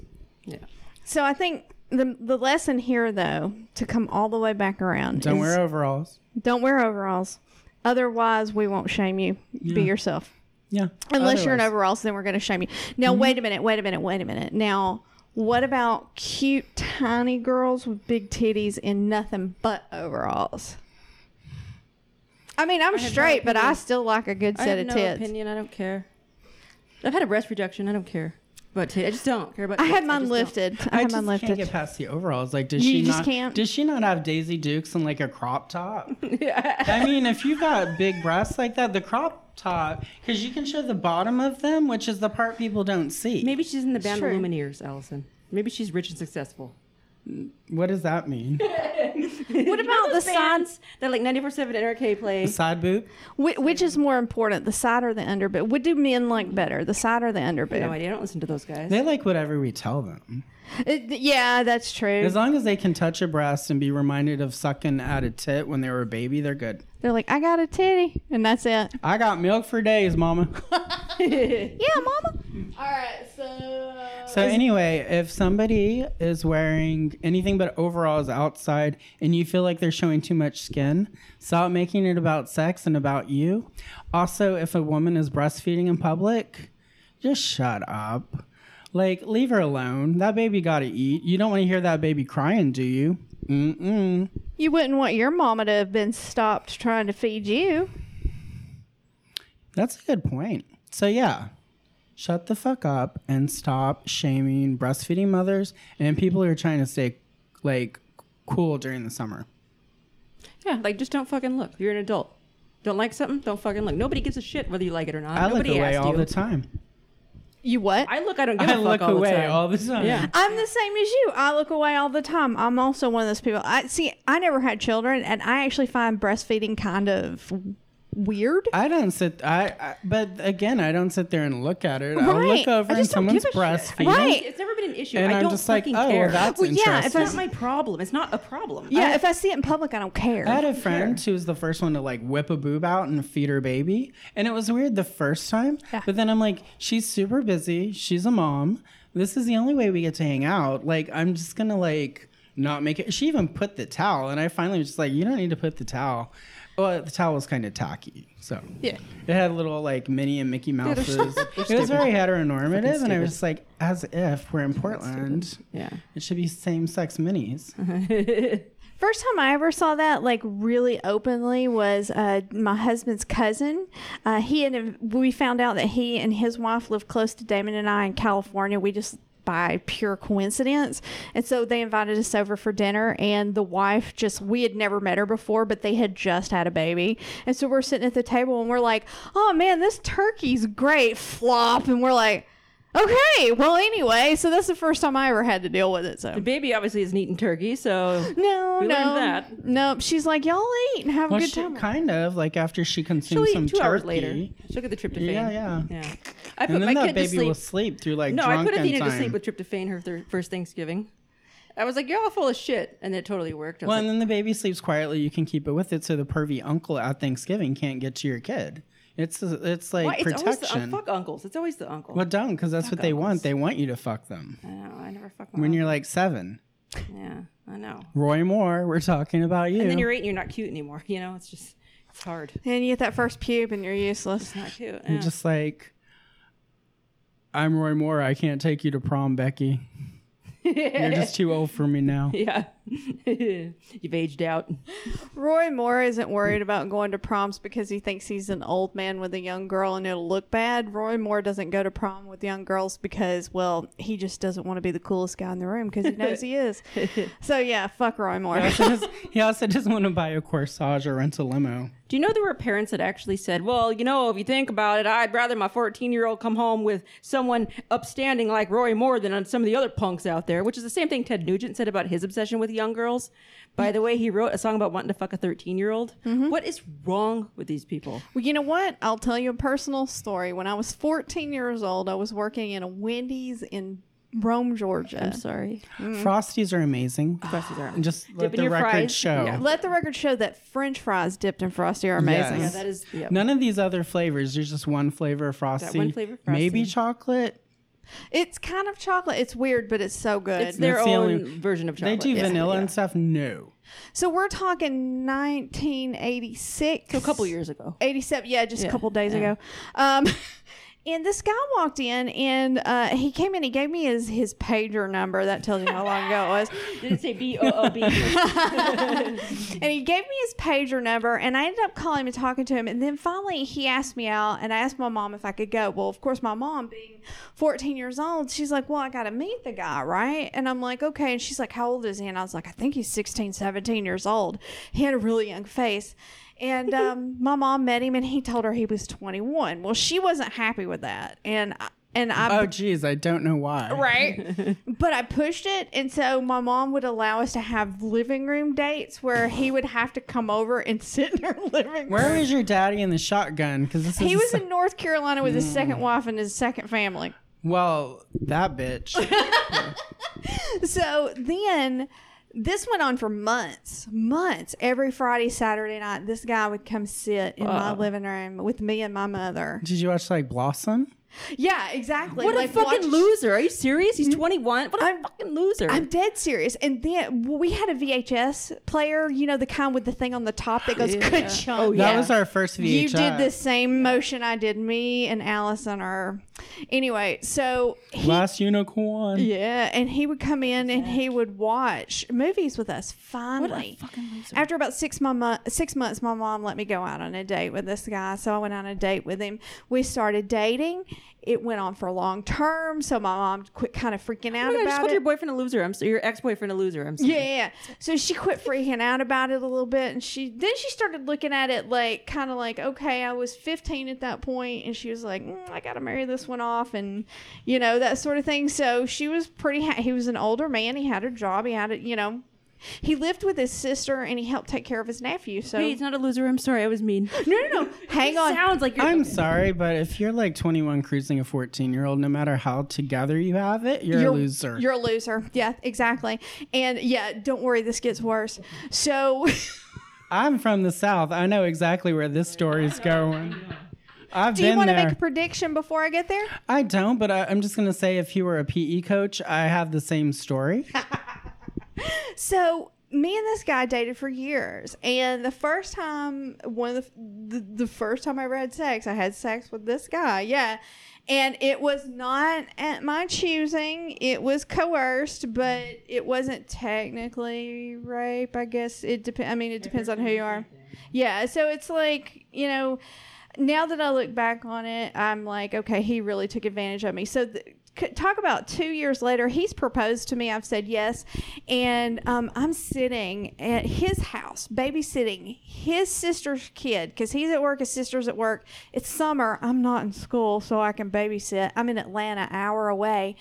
Yeah. So I think the the lesson here, though, to come all the way back around, Don't is wear overalls. don't wear overalls. Otherwise, we won't shame you. Be yourself. Yeah. Unless you're in Otherwise. overalls, then we're going to shame you. Now, Mm-hmm. wait a minute, wait a minute, wait a minute. Now, what about cute, tiny girls with big titties in nothing but overalls? I mean, I'm no straight, but I opinion. still like a good I set have of no tits. opinion. I don't care. I've had a breast reduction. I don't care. But I just don't care about. I had tits. mine just don't. lifted. I, I had just mine can't lifted. get past the overalls. Like, does You she just not? can't? Does she not have Daisy Dukes and like a crop top? I mean, if you got big breasts like that, the crop top, because you can show the bottom of them, which is the part people don't see. Maybe she's in the band true. Lumineers, Allison. Maybe she's rich and successful. What does that mean? What about the side? Bands that like 94.7 NRK play. Side boob? Which, which is more important, the side or the underboob? What do men like better, the side or the No underboob? idea. I don't listen to those guys. They like whatever we tell them. It- Uh, yeah, that's true. As long as they can touch a breast and be reminded of sucking at a tit when they were a baby, they're good. They're like, I got a titty, and that's it. I got milk for days, mama. Yeah, mama. So anyway, if somebody is wearing anything but overalls outside and you feel like they're showing too much skin, stop making it about sex and about you. Also, if a woman is breastfeeding in public, just shut up. Like, leave her alone. That baby got to eat. You don't want to hear that baby crying, do you? Mm-mm. You wouldn't want your mama to have been stopped trying to feed you. That's a good point. So yeah, shut the fuck up and stop shaming breastfeeding mothers and people who are trying to stay like cool during the summer. yeah, like just don't fucking look. You're an adult. Don't like something? Don't fucking look. Nobody gives a shit whether you like it or not. I look Nobody away asked all you. the time. You what? I look. I don't give a I fuck look all away the time. all the time. Yeah. I'm the same as you. I look away all the time. I'm also one of those people. I see. I never had children, and I actually find breastfeeding kind of weird. I don't sit. I, I but again, I don't sit there and look at it. I'll Right. look over I and just don't give someone's a shit. breastfeeding, Right. It's never been an issue. and I I'm don't just like, fucking oh, care. well, that's Well, yeah, interesting. if it's not my problem. It's not a problem. Yeah, if I see it in public, I don't care. I had a friend who was the first one to like whip a boob out and feed her baby. And it was weird the first time. But then I'm like, she's super busy. She's a mom. This is the only way we get to hang out. Like, I'm just going to like not make it. She even put the towel. And I finally was just like, you don't need to put the towel. Well, the towel was kind of tacky. So yeah. it had little like Minnie and Mickey Mouses. it was very heteronormative. And I was just like, as if we're in Portland. Yeah. It should be same sex minis. First time I ever saw that, like really openly, was uh, my husband's cousin. Uh, he and we found out that he and his wife live close to Damon and I in California. We just by pure coincidence, and so they invited us over for dinner. And the wife just we had never met her before, but they had just had a baby, and so we're sitting at the table and we're like, "Oh man, this turkey's great!" Flop, and we're like. Okay, well, anyway, so that's the first time I ever had to deal with it. So The baby obviously isn't eating turkey, so no, We no, learned that. no. She's like, y'all eat and have Well, a good she- time. kind of like after she she'll consumed eat some two turkey. hours later. She'll get the tryptophan. Yeah, yeah. Yeah. I put And my then that kid to baby sleep. will sleep through like no, I drunken put Athena time. to sleep with tryptophan her thir- first Thanksgiving. I was like, "You're all full of shit," and it totally worked. I was well, and like, then the baby sleeps quietly. You can keep it with it, so the pervy uncle at Thanksgiving can't get to your kid. It's it's like "Why? It's always the un- protection. fuck uncles. It's always the uncle. well, don't because that's what they want. They want you to fuck them I know. I never fuck my when uncle. you're like seven. Yeah, I know. Roy Moore, we're talking about you. And then you're eight, and you're not cute anymore. You know, it's just it's hard. and you get that first pube and you're useless. Not cute. You're yeah. just like, I'm Roy Moore. I can't take you to prom, Becky. you're just too old for me now. yeah. You've aged out. Roy Moore isn't worried about going to proms because he thinks he's an old man with a young girl and it'll look bad. Roy Moore doesn't go to prom with young girls because, well, he just doesn't want to be the coolest guy in the room because he knows he is. So yeah, fuck Roy Moore. He also doesn't- he also doesn't want to buy a corsage or rent a limo. Do you know there were parents that actually said, "Well, you know, if you think about it, I'd rather my 14-year-old come home with someone upstanding like Roy Moore than on some of the other punks out there," which is the same thing Ted Nugent said about his obsession with young girls. By the way, he wrote a song about wanting to fuck a 13-year-old. What is wrong with these people? Well, you know what? I'll tell you a personal story. When I was 14 years old, I was working in a Wendy's in Rome, Georgia. Sorry. Frosties are amazing. Mm. Frosties are. And just let Dipping the your record fries. show. Yeah. Let the record show that French fries dipped in frosty are amazing. Yeah, Yes. that is yeah. None of these other flavors. There's just one flavor of frosty. one flavor of Maybe Frosty. chocolate. It's kind of chocolate. It's weird, but it's so good. It's their That's the own only- version of They chocolate. do Yeah. vanilla Yeah. and stuff. No. so we're talking 1986. a couple years ago. 87 yeah just Yeah, a couple days ago um and this guy walked in and uh, he came in he gave me his his pager number that tells you how long ago it was Did it say B O O B? and he gave me his pager number and i ended up calling him and talking to him and then finally he asked me out and i asked my mom if i could go well of course my mom being 14 years old she's like well i gotta meet the guy right and i'm like okay and she's like how old is he and i was like i think he's 16 17 years old he had a really young face and um, my mom met him and he told her he was 21 well she wasn't happy with that and I, and i Oh, geez. I don't know why. right? but I pushed it, and so my mom would allow us to have living room dates where he would have to come over and sit in her living room. Where was your daddy and the shotgun? Because this he is was in North Carolina with his Hmm. second wife and his second family. well that bitch. So then this went on for months, months. Every Friday, Saturday night, this guy would come sit in my living room with me and my mother. Did you watch like Blossom? Yeah, exactly. What a Like, fucking watch- loser! Are you serious? He's 21. What a I'm- fucking loser! I'm dead serious. And then well, we had a VHS player, you know, the kind with the thing on the top that goes good chunk. Oh, That was our first VHS. You did the same motion I did. Me and Allison are. Anyway, so he, last unicorn. yeah, and he would come in and he would watch movies with us. Finally, after about six my mo- six months, my mom let me go out on a date with this guy. So I went on a date with him. We started dating, it went on for long term. So my mom quit kind of freaking out Oh my God, I about just called it. your boyfriend a loser. I'm so, your ex boyfriend a loser. I'm sorry. Yeah, yeah. yeah. So she quit freaking out about it a little bit, and she then she started looking at it like kind of like, okay, I was 15 at that point, and she was like, mm, I gotta marry this one off, and you know that sort of thing. So she was pretty. Ha- he was an older man. He had a job. He had a you know. He lived with his sister and he helped take care of his nephew. So Hey, he's not a loser. I'm sorry. I was mean. no, no, no. Hang It on. sounds like you're. I'm sorry, but if you're like 21 cruising a 14 year old, no matter how together you have it, you're, a loser. You're a loser. Yeah, exactly. And yeah, don't worry, this gets worse. So I'm from the South. I know exactly where this story's going. I've do you been want to there. make a prediction before I get there? I don't, but I, I'm just gonna say if you were a PE coach, I have the same story. So me and this guy dated for years, and the first time one of the, the the first time I ever had sex, I had sex with this guy. Yeah, and it was not at my choosing; it was coerced, but it wasn't technically rape. I guess it depends. I mean, it depends on who you are. Yeah, so it's like you know. Now that I look back on it, I'm like, okay, he really took advantage of me. So, th- c- talk about two years later, he's proposed to me. I've said yes. And um, I'm sitting at his house, babysitting his sister's kid because he's at work, his sister's at work. It's summer. I'm not in school, so I can babysit. I'm in Atlanta, hour away.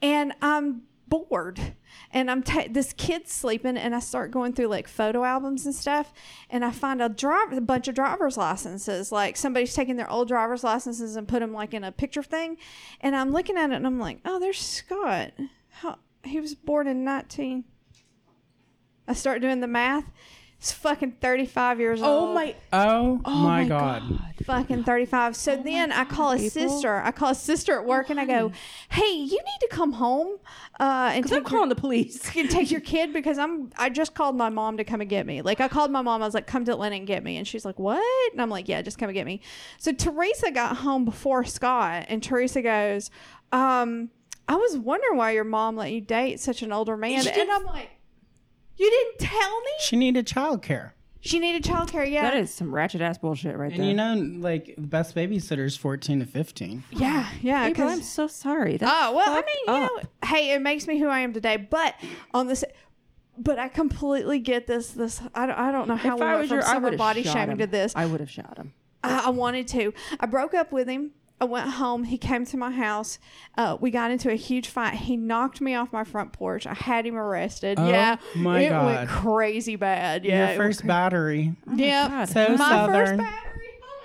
And um, I'm bored and i'm ta this kid's sleeping and i start going through like photo albums and stuff and i find a driver a bunch of driver's licenses like somebody's taking their old driver's licenses and put them like in a picture thing and i'm looking at it and i'm like oh there's scott How, he was born in 19 i start doing the math it's fucking 35 years old oh my. Oh, my, my god. fucking 35 Oh so then i call a sister i call a sister at work and i go hey you need to come home uh and I'm take your- calling the police. can take your kid because I'm I just called my mom to come and get me. Like I called my mom, I was like, come to Atlanta and get me. And she's like, What? And I'm like, Yeah, just come and get me. So Teresa got home before Scott and Teresa goes, um, I was wondering why your mom let you date such an older man. And I'm like, You didn't tell me? She needed childcare. She needed childcare, yeah. That is some ratchet ass bullshit right And there. you know, like the best babysitter's 14 to 15. yeah, yeah. April, 'cause- I'm so sorry. That's Oh well, I fucked mean, you up. know, hey, it makes me who I am today. But on this, but I completely get this. This I don't, I don't know how If we I went was from your, I summer would have body shot shaming to him. this. I would have shot him. I, I wanted to. I broke up with him. I went home. He came to my house. Uh, we got into a huge fight. He knocked me off my front porch. I had him arrested. Oh, yeah, my it God. went crazy bad. Yeah, Your first battery. yeah, So my first southern. battery.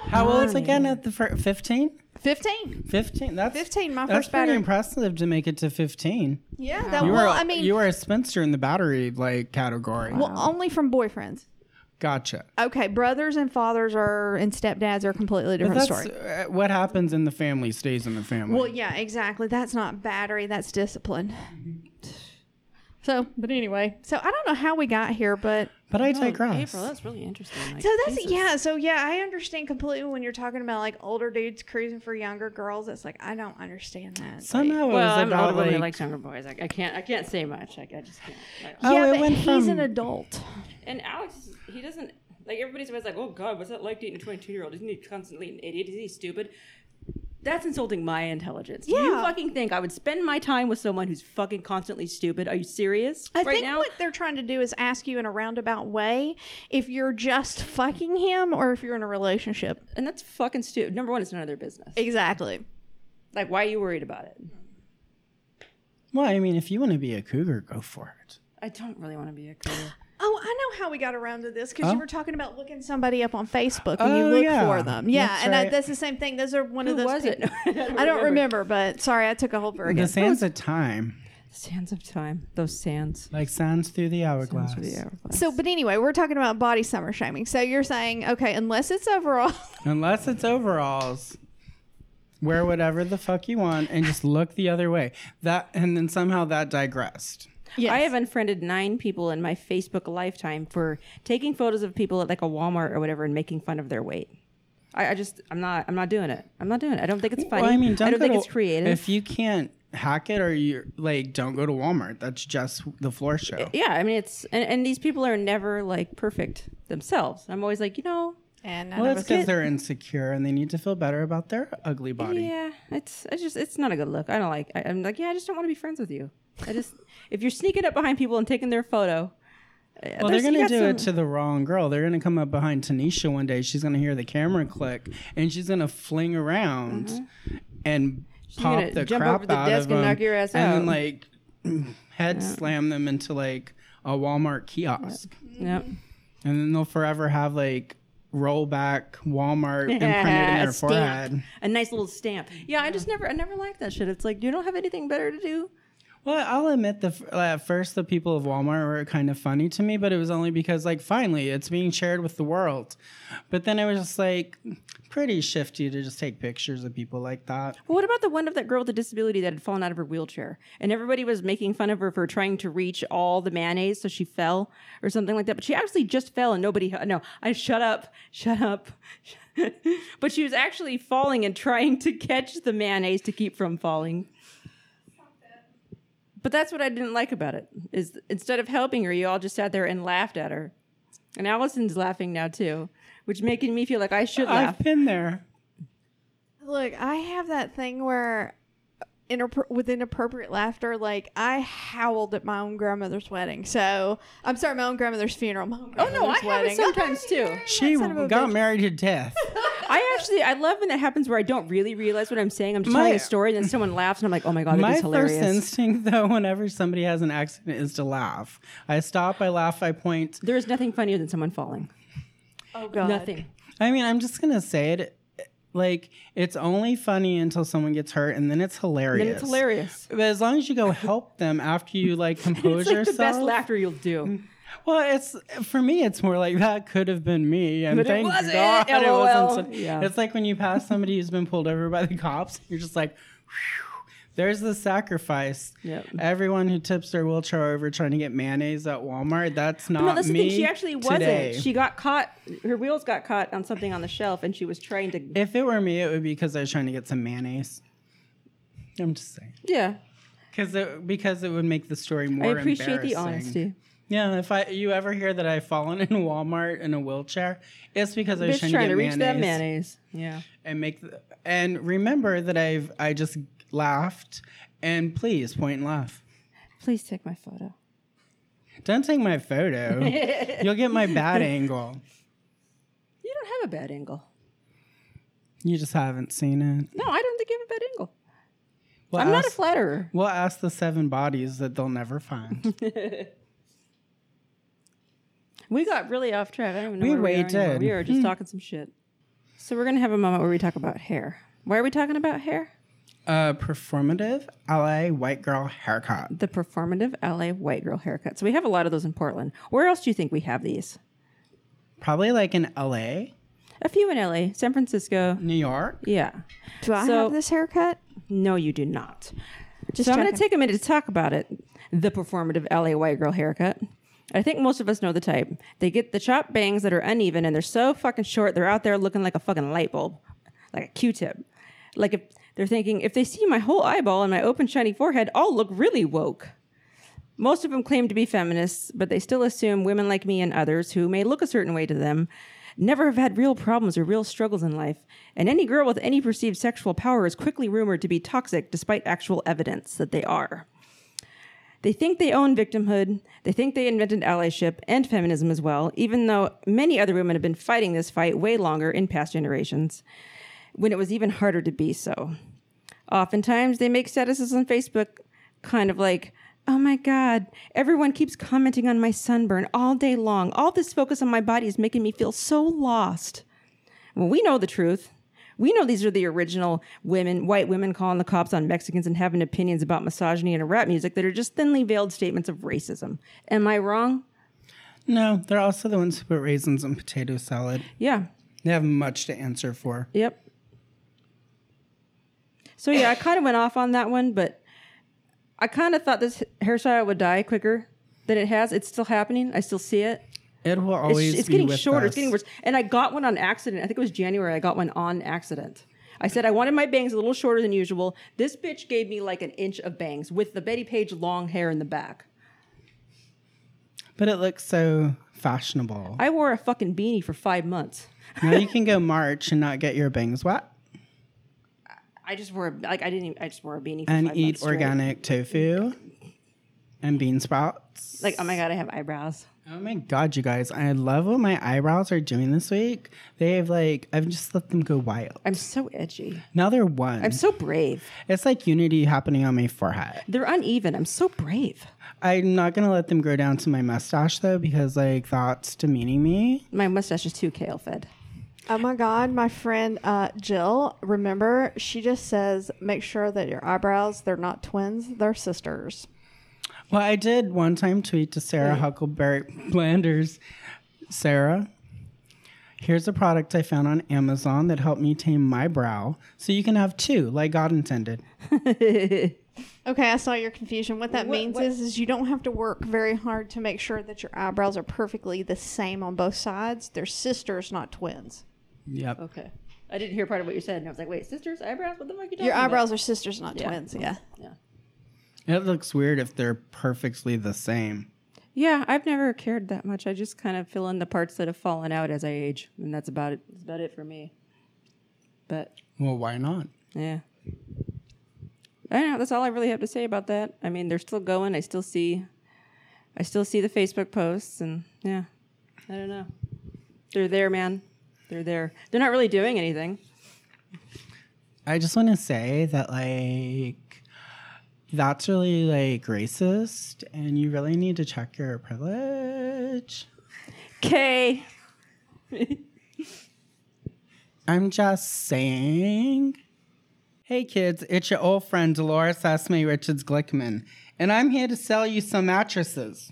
How old's again at the fir- 15? Fifteen. 15. That's 15, my that's first pretty battery. impressive to make it to 15. Yeah, that. You well, were, I mean, you were a spinster in the battery like category. well, only from boyfriends. Gotcha. Okay, brothers and fathers are and stepdads are completely But different that's story. uh, what happens in the family stays in the family. Well, yeah, exactly. That's not battery. That's discipline. Mm-hmm. So, but anyway, so I don't know how we got here, but but I digress. April, that's really interesting. Like, so that's Jesus. yeah. So yeah, I understand completely when you're talking about like older dudes cruising for younger girls. It's like I don't understand that. Somehow it Well, was I'm an about older woman. I like, like younger boys. I, I can't. I can't say much. I, I just can't. Like, Like, yeah, oh, it but went he's from- an adult. And Alex, is- he doesn't like everybody's always like, "Oh God, what's that like dating a 22 year old? Isn't he constantly an idiot? Isn't he stupid?" That's insulting my intelligence. Do You Yeah. fucking think I would spend my time with someone who's fucking constantly stupid? Are you serious I right think now? what they're trying to do is ask you in a roundabout way if you're just fucking him or if you're in a relationship. And that's fucking stupid. Number one, it's none of their business. Exactly. Like, why are you worried about it? well, I mean, if you want to be a cougar, go for it. I don't really want to be a career. Oh, I know how we got around to this because Oh. you were talking about looking somebody up on Facebook and you Oh, look yeah. for them. Yeah, That's and I, right. that's the same thing. Those are one of Who was those. it? peop- I don't remember, but sorry, I took a whole The again. sands of time, Sands of time. Those sands. like sands through the hourglass. Through the hourglass. So, but anyway, we're talking about body summer shaming. So you're saying, okay, unless it's overall, Unless it's overalls, wear whatever the fuck you want and just look the other way. That and then somehow that digressed. yes. I have unfriended nine people in my Facebook lifetime for taking photos of people at like a Walmart or whatever and making fun of their weight. I, I just I'm not I'm not doing it. I'm not doing it. I don't think it's funny. Well, I, I mean, don't don't go think to- it's creative. If you can't hack it or you're like, don't go to Walmart. That's just the floor show. yeah, I mean it's and, and these people are never like perfect themselves. I'm always like, you know, And none Well, of it's us because they're insecure and they need to feel better about their ugly body. Yeah, it's it's just it's not a good look. I don't like. I, I'm like, yeah, I just don't want to be friends with you. I just if you're sneaking up behind people and taking their photo. uh, Well, they're there's- you gonna got do it some- to the wrong girl. They're gonna come up behind Tanisha one day. She's gonna hear the camera click, and she's gonna fling around and pop Mm-hmm. gonna the jump crap over the out desk of and them, knock your ass and then out. like head slam them into like a Walmart kiosk, Yep. and then they'll forever have like roll back Walmart imprinted in their Stamp. forehead. A nice little stamp. Yeah, I just never, I never liked that shit. It's like you don't have anything better to do. Well, I'll admit the f- uh, at first the people of Walmart were kind of funny to me, but it was only because like finally it's being shared with the world. But then it was just like pretty shifty to just take pictures of people like that. Well, what about the one of that girl with a disability that had fallen out of her wheelchair and everybody was making fun of her for trying to reach all the mayonnaise, so she fell or something like that. But she actually just fell and nobody. No, I shut up, shut up. but she was actually falling and trying to catch the mayonnaise to keep from falling. But that's what I didn't like about it. Is instead of helping her, you all just sat there and laughed at her. And Allison's laughing now too, which making me feel like I should laugh. I've been there. Look, I have that thing where inappro- with inappropriate laughter, like I howled at my own grandmother's wedding. So I'm sorry, my own grandmother's funeral. My own Oh no, I grandmother's have it wedding. sometimes too. She son of a got bitch. married to death. I actually I love when that happens where I don't really realize what I'm saying. I'm just My- telling a story, and then someone laughs, and I'm like, "Oh my god, that My is first hilarious." instinct though, whenever somebody has an accident, is to laugh. I stop, I laugh, I point. there is nothing funnier than someone falling. Oh god. Nothing. I mean, I'm just gonna say it. Like, it's only funny until someone gets hurt, and then it's hilarious. Then it's hilarious. But as long as you go help them after you like compose It's like yourself, the best laughter you'll Mm-hmm. do. Well, it's for me. It's more like that could have been me, and But it thank wasn't, God it wasn't. LOL. so- Yeah. It's like when you pass somebody who's been pulled over by the cops. You're just like, "Whew, there's the sacrifice. Yep. Everyone who tips their wheelchair over trying to get mayonnaise at Walmart. That's not No, that's the me. thing. She actually wasn't. today. She got caught. Her wheels got caught on something on the shelf, and she was trying to. If it were me, it would be because I was trying to get some mayonnaise. I'm just saying. Yeah, Because it, because it would make the story more. I appreciate the embarrassing. honesty. Yeah, if I you ever hear that I've fallen in Walmart in a wheelchair, it's because I was Bitch trying, trying, to to get reach that mayonnaise mayonnaise. Yeah. and make the, and remember that I've I just laughed and please point and laugh. Please take my photo. Don't take my photo. You'll get my bad angle. You don't have a bad angle. You just haven't seen it. No, I don't think you have a bad angle. We'll I'm not a ask- flatterer. We'll ask the seven bodies that they'll never find. We got really off track. I don't even know We where way we are anymore. did. We are just talking some shit. So we're gonna have a moment where we talk about hair. Why are we talking about hair? A performative LA white girl haircut. The performative LA white girl haircut. So we have a lot of those in Portland. Where else do you think we have these? Probably like in LA, A few in LA, San Francisco. New York. Yeah. Do I So- have this haircut? No, you do not. Just so I'm going to checking. take a minute to talk about it. The performative LA white girl haircut. I think most of us know the type. They get the chopped bangs that are uneven and they're so fucking short, they're out there looking like a fucking light bulb, like a Q tip. Like if they're thinking, if they see my whole eyeball and my open, shiny forehead, I'll look really woke. Most of them claim to be feminists, but they still assume women like me and others who may look a certain way to them never have had real problems or real struggles in life, and any girl with any perceived sexual power is quickly rumored to be toxic despite actual evidence that they are. They think they own victimhood, they think they invented allyship and feminism as well, even though many other women have been fighting this fight way longer in past generations, when it was even harder to be so. Oftentimes, they make statuses on Facebook kind of like, oh my God, everyone keeps commenting on my sunburn all day long. All this focus on my body is making me feel so lost. Well, we know the truth. We know these are the original women, white women calling the cops on Mexicans and having opinions about misogyny and rap music that are just thinly veiled statements of racism. Am I wrong? No, they're also the ones who put raisins in potato salad. Yeah. They have much to answer for. Yep. So yeah, I kind of went off on that one, but I kind of thought this hairstyle would die quicker than it has. It's still happening. I still see it. It will It's, always. it's be getting with shorter. us. It's getting worse. And I got one on accident. I think it was January. I got one on accident. I said I wanted my bangs a little shorter than usual. This bitch gave me like an inch of bangs with the Betty Page long hair in the back. But it looks so fashionable. I wore a fucking beanie for five months. now you can go march and not get your bangs wet I just wore a, like I didn't. Even, I just wore a beanie for and five eat months straight. organic tofu and bean sprouts. Like oh my god, I have eyebrows. Oh my god, you guys! I love what my eyebrows are doing this week. They've like I've just let them go wild. I'm so edgy. Now they're one. I'm so brave. it's like unity happening on my forehead. They're uneven. I'm so brave. I'm not gonna let them grow down to my mustache though, because like that's demeaning me. My mustache is too kale fed. Oh my God, my friend uh, Jill, remember, she just says make sure that your eyebrows, they're not twins, they're sisters. Well, I did one time tweet to Sarah Huckleberry Blanders. Sarah, here's a product I found on Amazon that helped me tame my brow, so you can have two, like God intended. Okay, I saw your confusion. What that means is, is you don't have to work very hard to make sure that your eyebrows are perfectly the same on both sides. They're sisters, not twins. Yep. Okay. I didn't hear part of what you said, and I was like, "Wait, sisters, eyebrows? What the fuck are you talking Your about?" eyebrows are sisters, not twins. Yeah. It looks weird if they're perfectly the same. Yeah, I've never cared that much. I just kind of fill in the parts that have fallen out as I age, and that's about it. That's about it for me. But Well, why not? yeah, I don't know. That's all I really have to say about that. I mean, they're still going. I still see, I still see the Facebook posts, and yeah, I don't know. They're there, man. They're there. They're not really doing anything. I just want to say that, like, that's really, like, racist, and you really need to check your privilege. Okay. I'm just saying. Hey kids, it's your old friend Dolores Esme Richards Glickman, and I'm here to sell you some mattresses.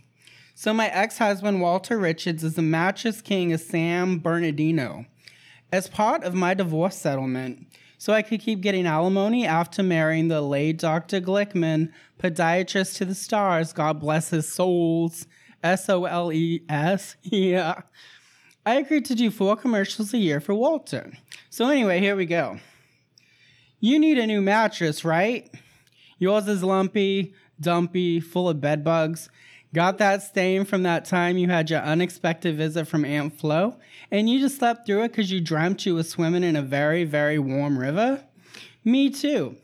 So, my ex husband Walter Richards is the mattress king of San Bernardino. As part of my divorce settlement, so I could keep getting alimony after marrying the late Dr. Glickman, podiatrist to the stars, God bless his souls, S O L E S, yeah. I agreed to do four commercials a year for Walter. So, anyway, here we go. You need a new mattress, right? Yours is lumpy, dumpy, full of bed bugs. Got that stain from that time you had your unexpected visit from Aunt Flo, and you just slept through it because you dreamt you was swimming in a very, very warm river? Me too.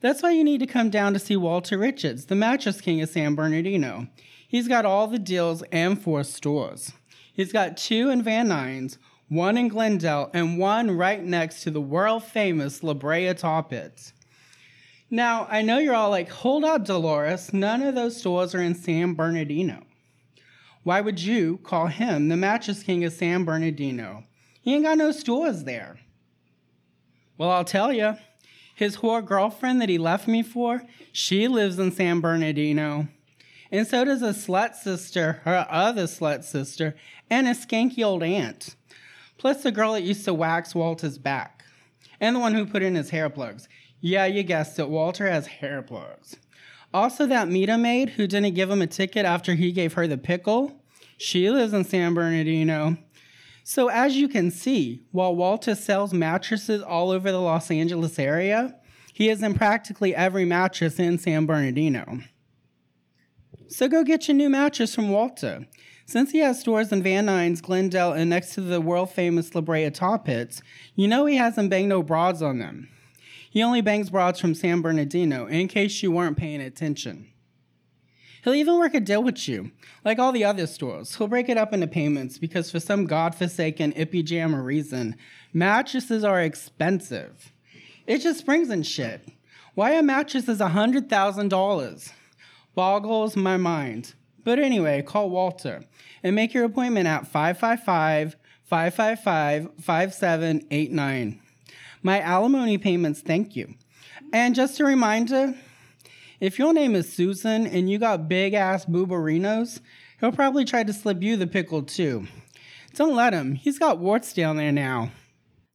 That's why you need to come down to see Walter Richards, the mattress king of San Bernardino. He's got all the deals and four stores. He's got two in Van Nuys, one in Glendale, and one right next to the world famous La Brea Tar Pits. Now, I know you're all like, hold up, Dolores, none of those stores are in San Bernardino. Why would you call him the mattress king of San Bernardino? He ain't got no stores there. Well, I'll tell you. His whore girlfriend that he left me for, she lives in San Bernardino. And so does a slut sister, her other slut sister, and a skanky old aunt. Plus the girl that used to wax Walter's back. And the one who put in his hair plugs. Yeah, you guessed it, Walter has hair plugs. Also, that Mita maid who didn't give him a ticket after he gave her the pickle. She lives in San Bernardino. So, as you can see, while Walter sells mattresses all over the Los Angeles area, he is in practically every mattress in San Bernardino. So go get your new mattress from Walter. Since he has stores in Van Nuys, Glendale, and next to the world famous La Brea Tar Pits, you know he hasn't banged no broads on them. He only bangs broads from San Bernardino, in case you weren't paying attention. He'll even work a deal with you. Like all the other stores, he'll break it up into payments because for some godforsaken ippy jammer reason, mattresses are expensive. It just springs and shit. Why a mattress is $100,000? boggles my mind. But anyway, call Walter and make your appointment at 555 555 5789. My alimony payments, thank you. And just a reminder if your name is Susan and you got big ass booberinos, he'll probably try to slip you the pickle too. Don't let him, he's got warts down there now.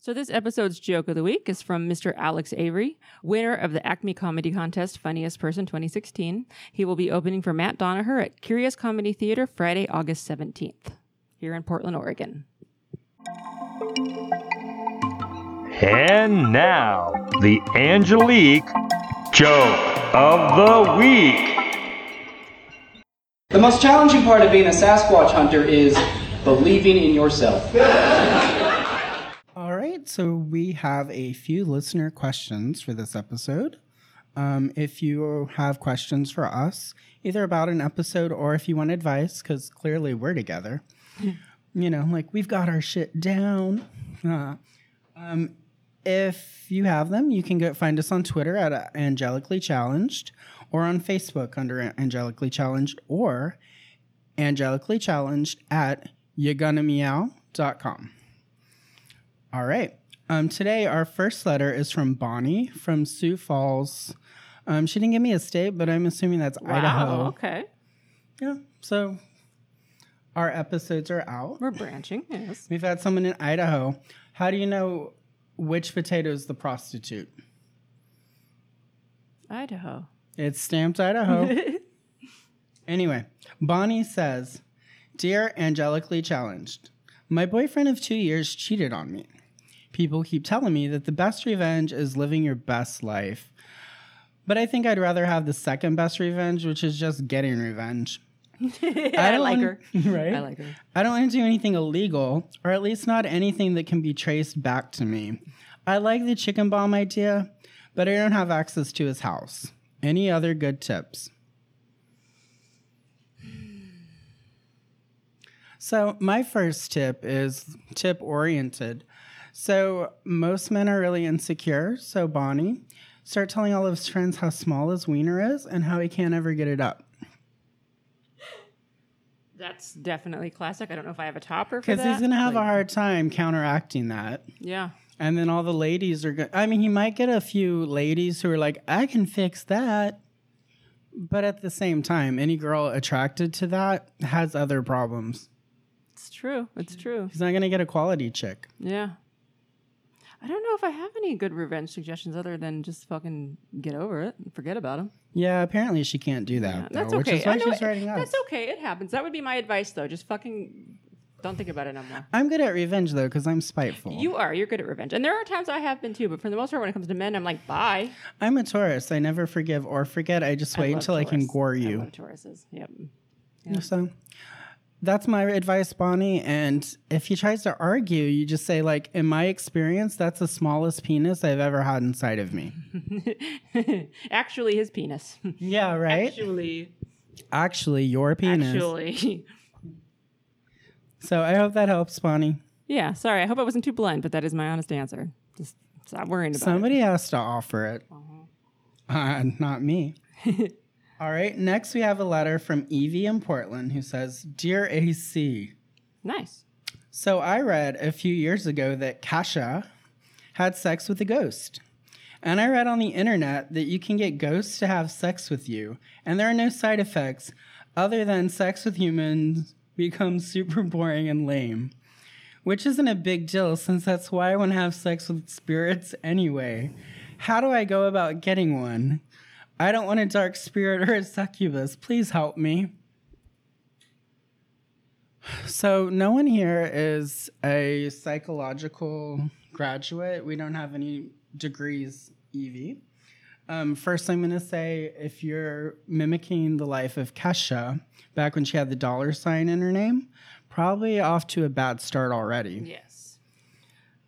So, this episode's joke of the week is from Mr. Alex Avery, winner of the Acme Comedy Contest Funniest Person 2016. He will be opening for Matt Donaher at Curious Comedy Theater Friday, August 17th, here in Portland, Oregon. And now, the Angelique Joke of the Week. The most challenging part of being a Sasquatch hunter is believing in yourself. right, so we have a few listener questions for this episode. Um, if you have questions for us, either about an episode or if you want advice, because clearly we're together, you know, like we've got our shit down. Uh, um, if you have them, you can go find us on Twitter at uh, Angelically Challenged or on Facebook under Angelically Challenged or Angelically Challenged at yagunameow.com. All right. Um, today, our first letter is from Bonnie from Sioux Falls. Um, she didn't give me a state, but I'm assuming that's Idaho. Okay. Yeah. So our episodes are out. We're branching. Yes. We've had someone in Idaho. How do you know which potato is the prostitute? Idaho. It's stamped Idaho. anyway, Bonnie says Dear Angelically Challenged, my boyfriend of two years cheated on me. People keep telling me that the best revenge is living your best life. But I think I'd rather have the second best revenge, which is just getting revenge. I, don't like wanna- her. Right? I like her. I don't want to do anything illegal, or at least not anything that can be traced back to me. I like the chicken bomb idea, but I don't have access to his house. Any other good tips? So, my first tip is tip oriented. So, most men are really insecure. So, Bonnie, start telling all of his friends how small his wiener is and how he can't ever get it up. That's definitely classic. I don't know if I have a topper for Because that. he's going to have a hard time counteracting that. yeah. And then all the ladies are going. I mean, he might get a few ladies who are like, "I can fix that," but at the same time, any girl attracted to that has other problems. It's true. It's true. He's not gonna get a quality chick. Yeah. I don't know if I have any good revenge suggestions other than just fucking get over it and forget about him. Yeah, apparently she can't do that. Uh, That's though, okay. Which is why I know she's it- writing us. That's okay. It happens. That would be my advice, though. Just fucking don't think about it no more. I'm good at revenge though, because I'm spiteful. You are. You're good at revenge, and there are times I have been too. But for the most part, when it comes to men, I'm like, bye. I'm a Taurus. I never forgive or forget. I just wait love until I can Taurus. gore I you. love Tauruses. Yep. So that's my advice, Bonnie. And if he tries to argue, you just say, like, in my experience, that's the smallest penis I've ever had inside of me. Actually, his penis. Yeah, right? Actually, Actually, your penis. actually. So I hope that helps, Bonnie. Yeah. Sorry. I hope I wasn't too blunt, but that is my honest answer. Just stop worrying about it. Somebody has to offer it. Uh, not me. All right. Next, we have a letter from Evie in Portland who says, Dear AC, Nice. So I read a few years ago that Kasha had sex with a ghost. And I read on the internet that you can get ghosts to have sex with you, and there are no side effects other than sex with humans becomes super boring and lame. Which isn't a big deal since that's why I want to have sex with spirits anyway. How do I go about getting one? I don't want a dark spirit or a succubus. Please help me. So no one here is a psychological graduate. We don't have any degrees, Evie. Um, first, I'm going to say if you're mimicking the life of Kesha back when she had the dollar sign in her name, probably off to a bad start already. Yes.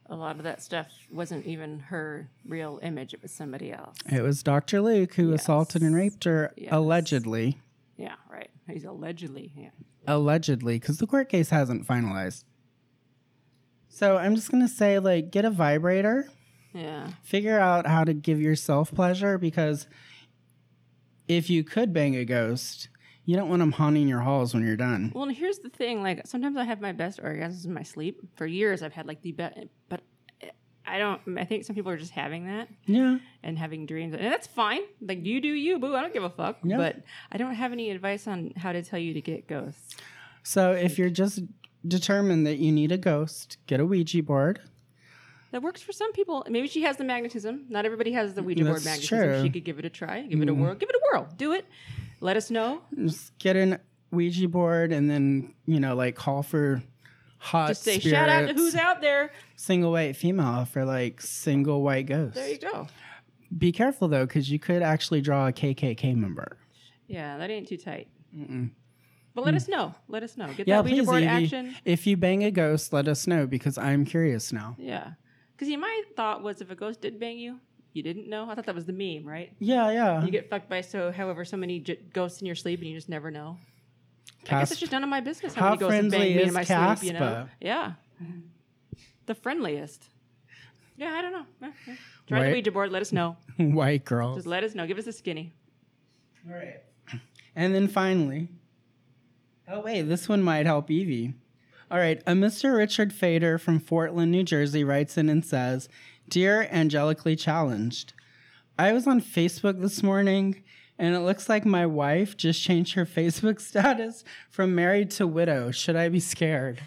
A lot of that stuff wasn't even her real image. It was somebody else. It was Dr. Luke who assaulted and raped her Yes. allegedly, Yeah, right. He's allegedly. Yeah. allegedly, because the court case hasn't finalized. So I'm just going to say, like, get a vibrator. Yeah. figure out how to give yourself pleasure because if you could bang a ghost, you don't want them haunting your halls when you're done. Well, and here's the thing. Like sometimes I have my best orgasms in my sleep. For years, I've had like the best, but I don't. I think some people are just having that Yeah. and having dreams, and that's fine. Like you do you, boo. I don't give a fuck. Yeah. But I don't have any advice on how to tell you to get ghosts. So if you're just determined that you need a ghost, get a Ouija board. That works for some people. Maybe she has the magnetism. Not everybody has the Ouija board That's magnetism. true. Mm-hmm. She could give it a try. Give it a whirl. Give it a whirl. Do it. Let us know. Just get an Ouija board and then, you know, like call for hot Just say shout out to spirits, who's out there. single white female for like single white ghosts. There you go. Be careful though, because you could actually draw a KKK member. Yeah, that ain't too tight. But let us know. Let us know. Get Mm. Yeah, that Ouija please, board Evie. action. If you bang a ghost, let us know because I'm curious now. Yeah. Because see, my thought was if a ghost did bang you, you didn't know. I thought that was the meme, right? Yeah, yeah. You get fucked by so however so many j- ghosts in your sleep, and you just never know. I guess Cas- it's just none of my business how, How many ghosts have friendly banged me in is my sleep. You know? Caspa? Yeah, the friendliest. Yeah, I don't know. Eh, eh. Try the Right. Ouija board. Let us know. White girl. Just let us know. Give us a skinny. All right. And then finally, oh, wait, this one might help Evie. All right. A Mr. Richard Fader from Fortland, New Jersey writes in and says Dear Angelically Challenged, I was on Facebook this morning and it looks like my wife just changed her Facebook status from married to widow. Should I be scared?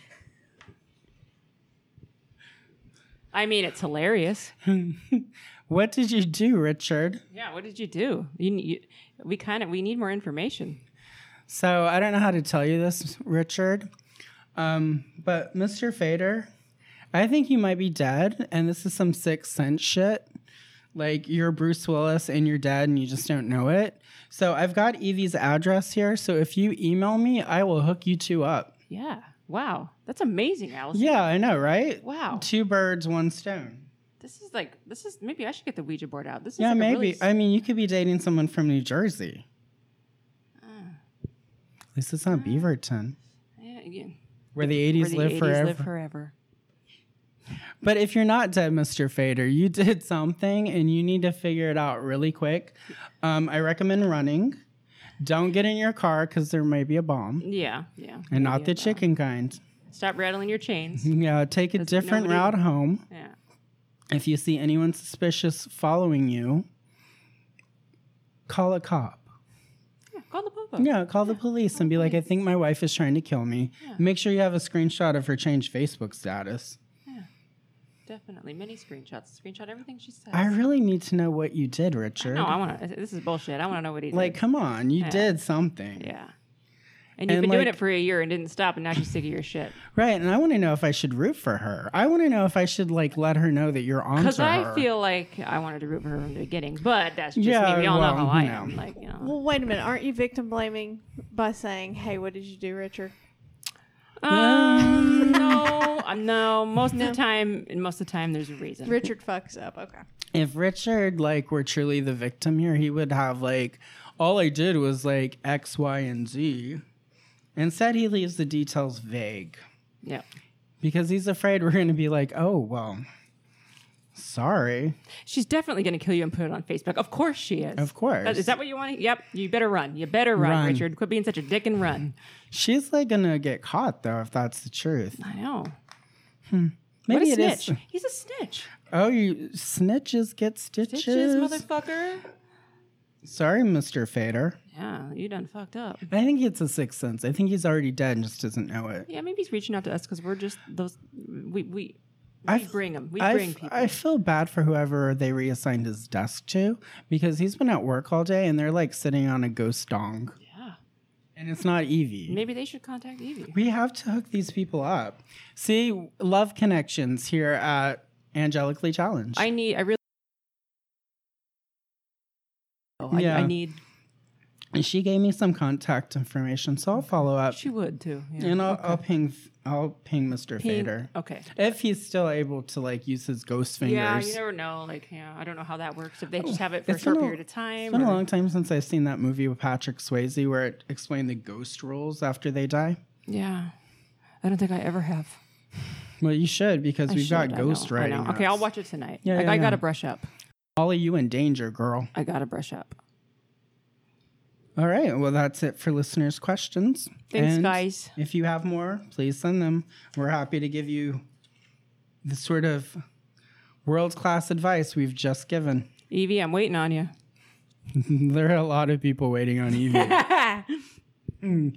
I mean, it's hilarious. What did you do, Richard? Yeah. What did you do? You, you we kind of we need more information. So I don't know how to tell you this, Richard, um, but Mr. Fader, I think you might be dead, and this is some sixth sense shit. Like you're Bruce Willis and you're dead, and you just don't know it. So I've got Evie's address here. So if you email me, I will hook you two up. Yeah. Wow. That's amazing, Allison. Yeah, I know, right? Wow. Two birds, one stone. This is like this is maybe I should get the Ouija board out. This is yeah, like a maybe. really- I mean, you could be dating someone from New Jersey. Ah. At least it's not Beaverton, yeah, yeah. where the '80s, Ah. Where the 80s live, forever. live forever. But if you're not dead, Mr. Fader, you did something and you need to figure it out really quick. Um, I recommend running. Don't get in your car because there may be a bomb, Yeah, yeah. and not Maybe the about- chicken kind. Stop rattling your chains. Yeah, take a Does different nobody- route home. yeah. If you see anyone suspicious following you, call a cop. yeah. Call the popo. Yeah, call the police and be like, I think my wife is trying to kill me. Make sure you have a screenshot of her changed Facebook status. Definitely. Many screenshots. Screenshot everything she says. I really need to know what you did, Richard. no, I want to. This is bullshit. I want to know what he did. like, come on, you did something. yeah. And you've And, been doing like- it for a year and didn't stop, and now she's sick of your shit. Right, and I want to know if I should root for her. I want to know if I should like let her know that you're on Because to her. I feel like I wanted to root for her from the beginning, but that's just Yeah, me. We all well, know how I you am. know. Like, you know. Well, wait a minute. Aren't you victim blaming by saying, "Hey, what did you do, Richard?" Um, no, um, no. Most of the time, and most of the time, there's a reason. Richard fucks up. Okay. if Richard like were truly the victim here, he would have like all I did was like X, Y, and Z. Instead, he leaves the details vague Yeah. because he's afraid we're going to be like, "Oh, well, sorry." She's definitely going to kill you and put it on Facebook. Of course she is. Of course. Is that what you want? Yep. You better run. You better run, Run. Richard. Quit being such a dick and run. She's like going to get caught though if that's the truth. I know. Maybe what a it is. snitch. He's a snitch. Oh, you snitches get stitches. Snitches, motherfucker. Sorry, Mr. Fader. Yeah, you done fucked up. I think it's a sixth sense. I think he's already dead and just doesn't know it. Yeah, maybe he's reaching out to us because we're just those. We we I we bring him. We I, bring f- people. I feel bad for whoever they reassigned his desk to because he's been at work all day and they're like sitting on a ghost dong. yeah. And it's not Evie. Maybe they should contact Evie. We have to hook these people up. See, love connections here at Angelically Challenged. I need. I really. Oh, I, Yeah. I need. and she gave me some contact information, so I'll follow up. She would too. Yeah. and I'll, I'll ping I'll ping Mr. Ping- Fader. Okay. If he's still able to like use his ghost fingers. Oh, Yeah, you never know. Like, yeah, I don't know how that works. If they just have it for a It's short been a- period of time. It's been a or- long time since I've seen that movie with Patrick Swayze where it explained the ghost rules after they die. Yeah, I don't think I ever have. Well, you should because I we've should, got I know, ghost I know. writing. Okay, I'll us. watch it tonight. Yeah, I, yeah, I gotta yeah. brush up. Ollie, you in danger, girl. I gotta brush up. All right. Well, that's it for listeners' questions. Thanks, And guys. If you have more, please send them. We're happy to give you the sort of world class advice we've just given. Evie, I'm waiting on you. there are a lot of people waiting on Evie.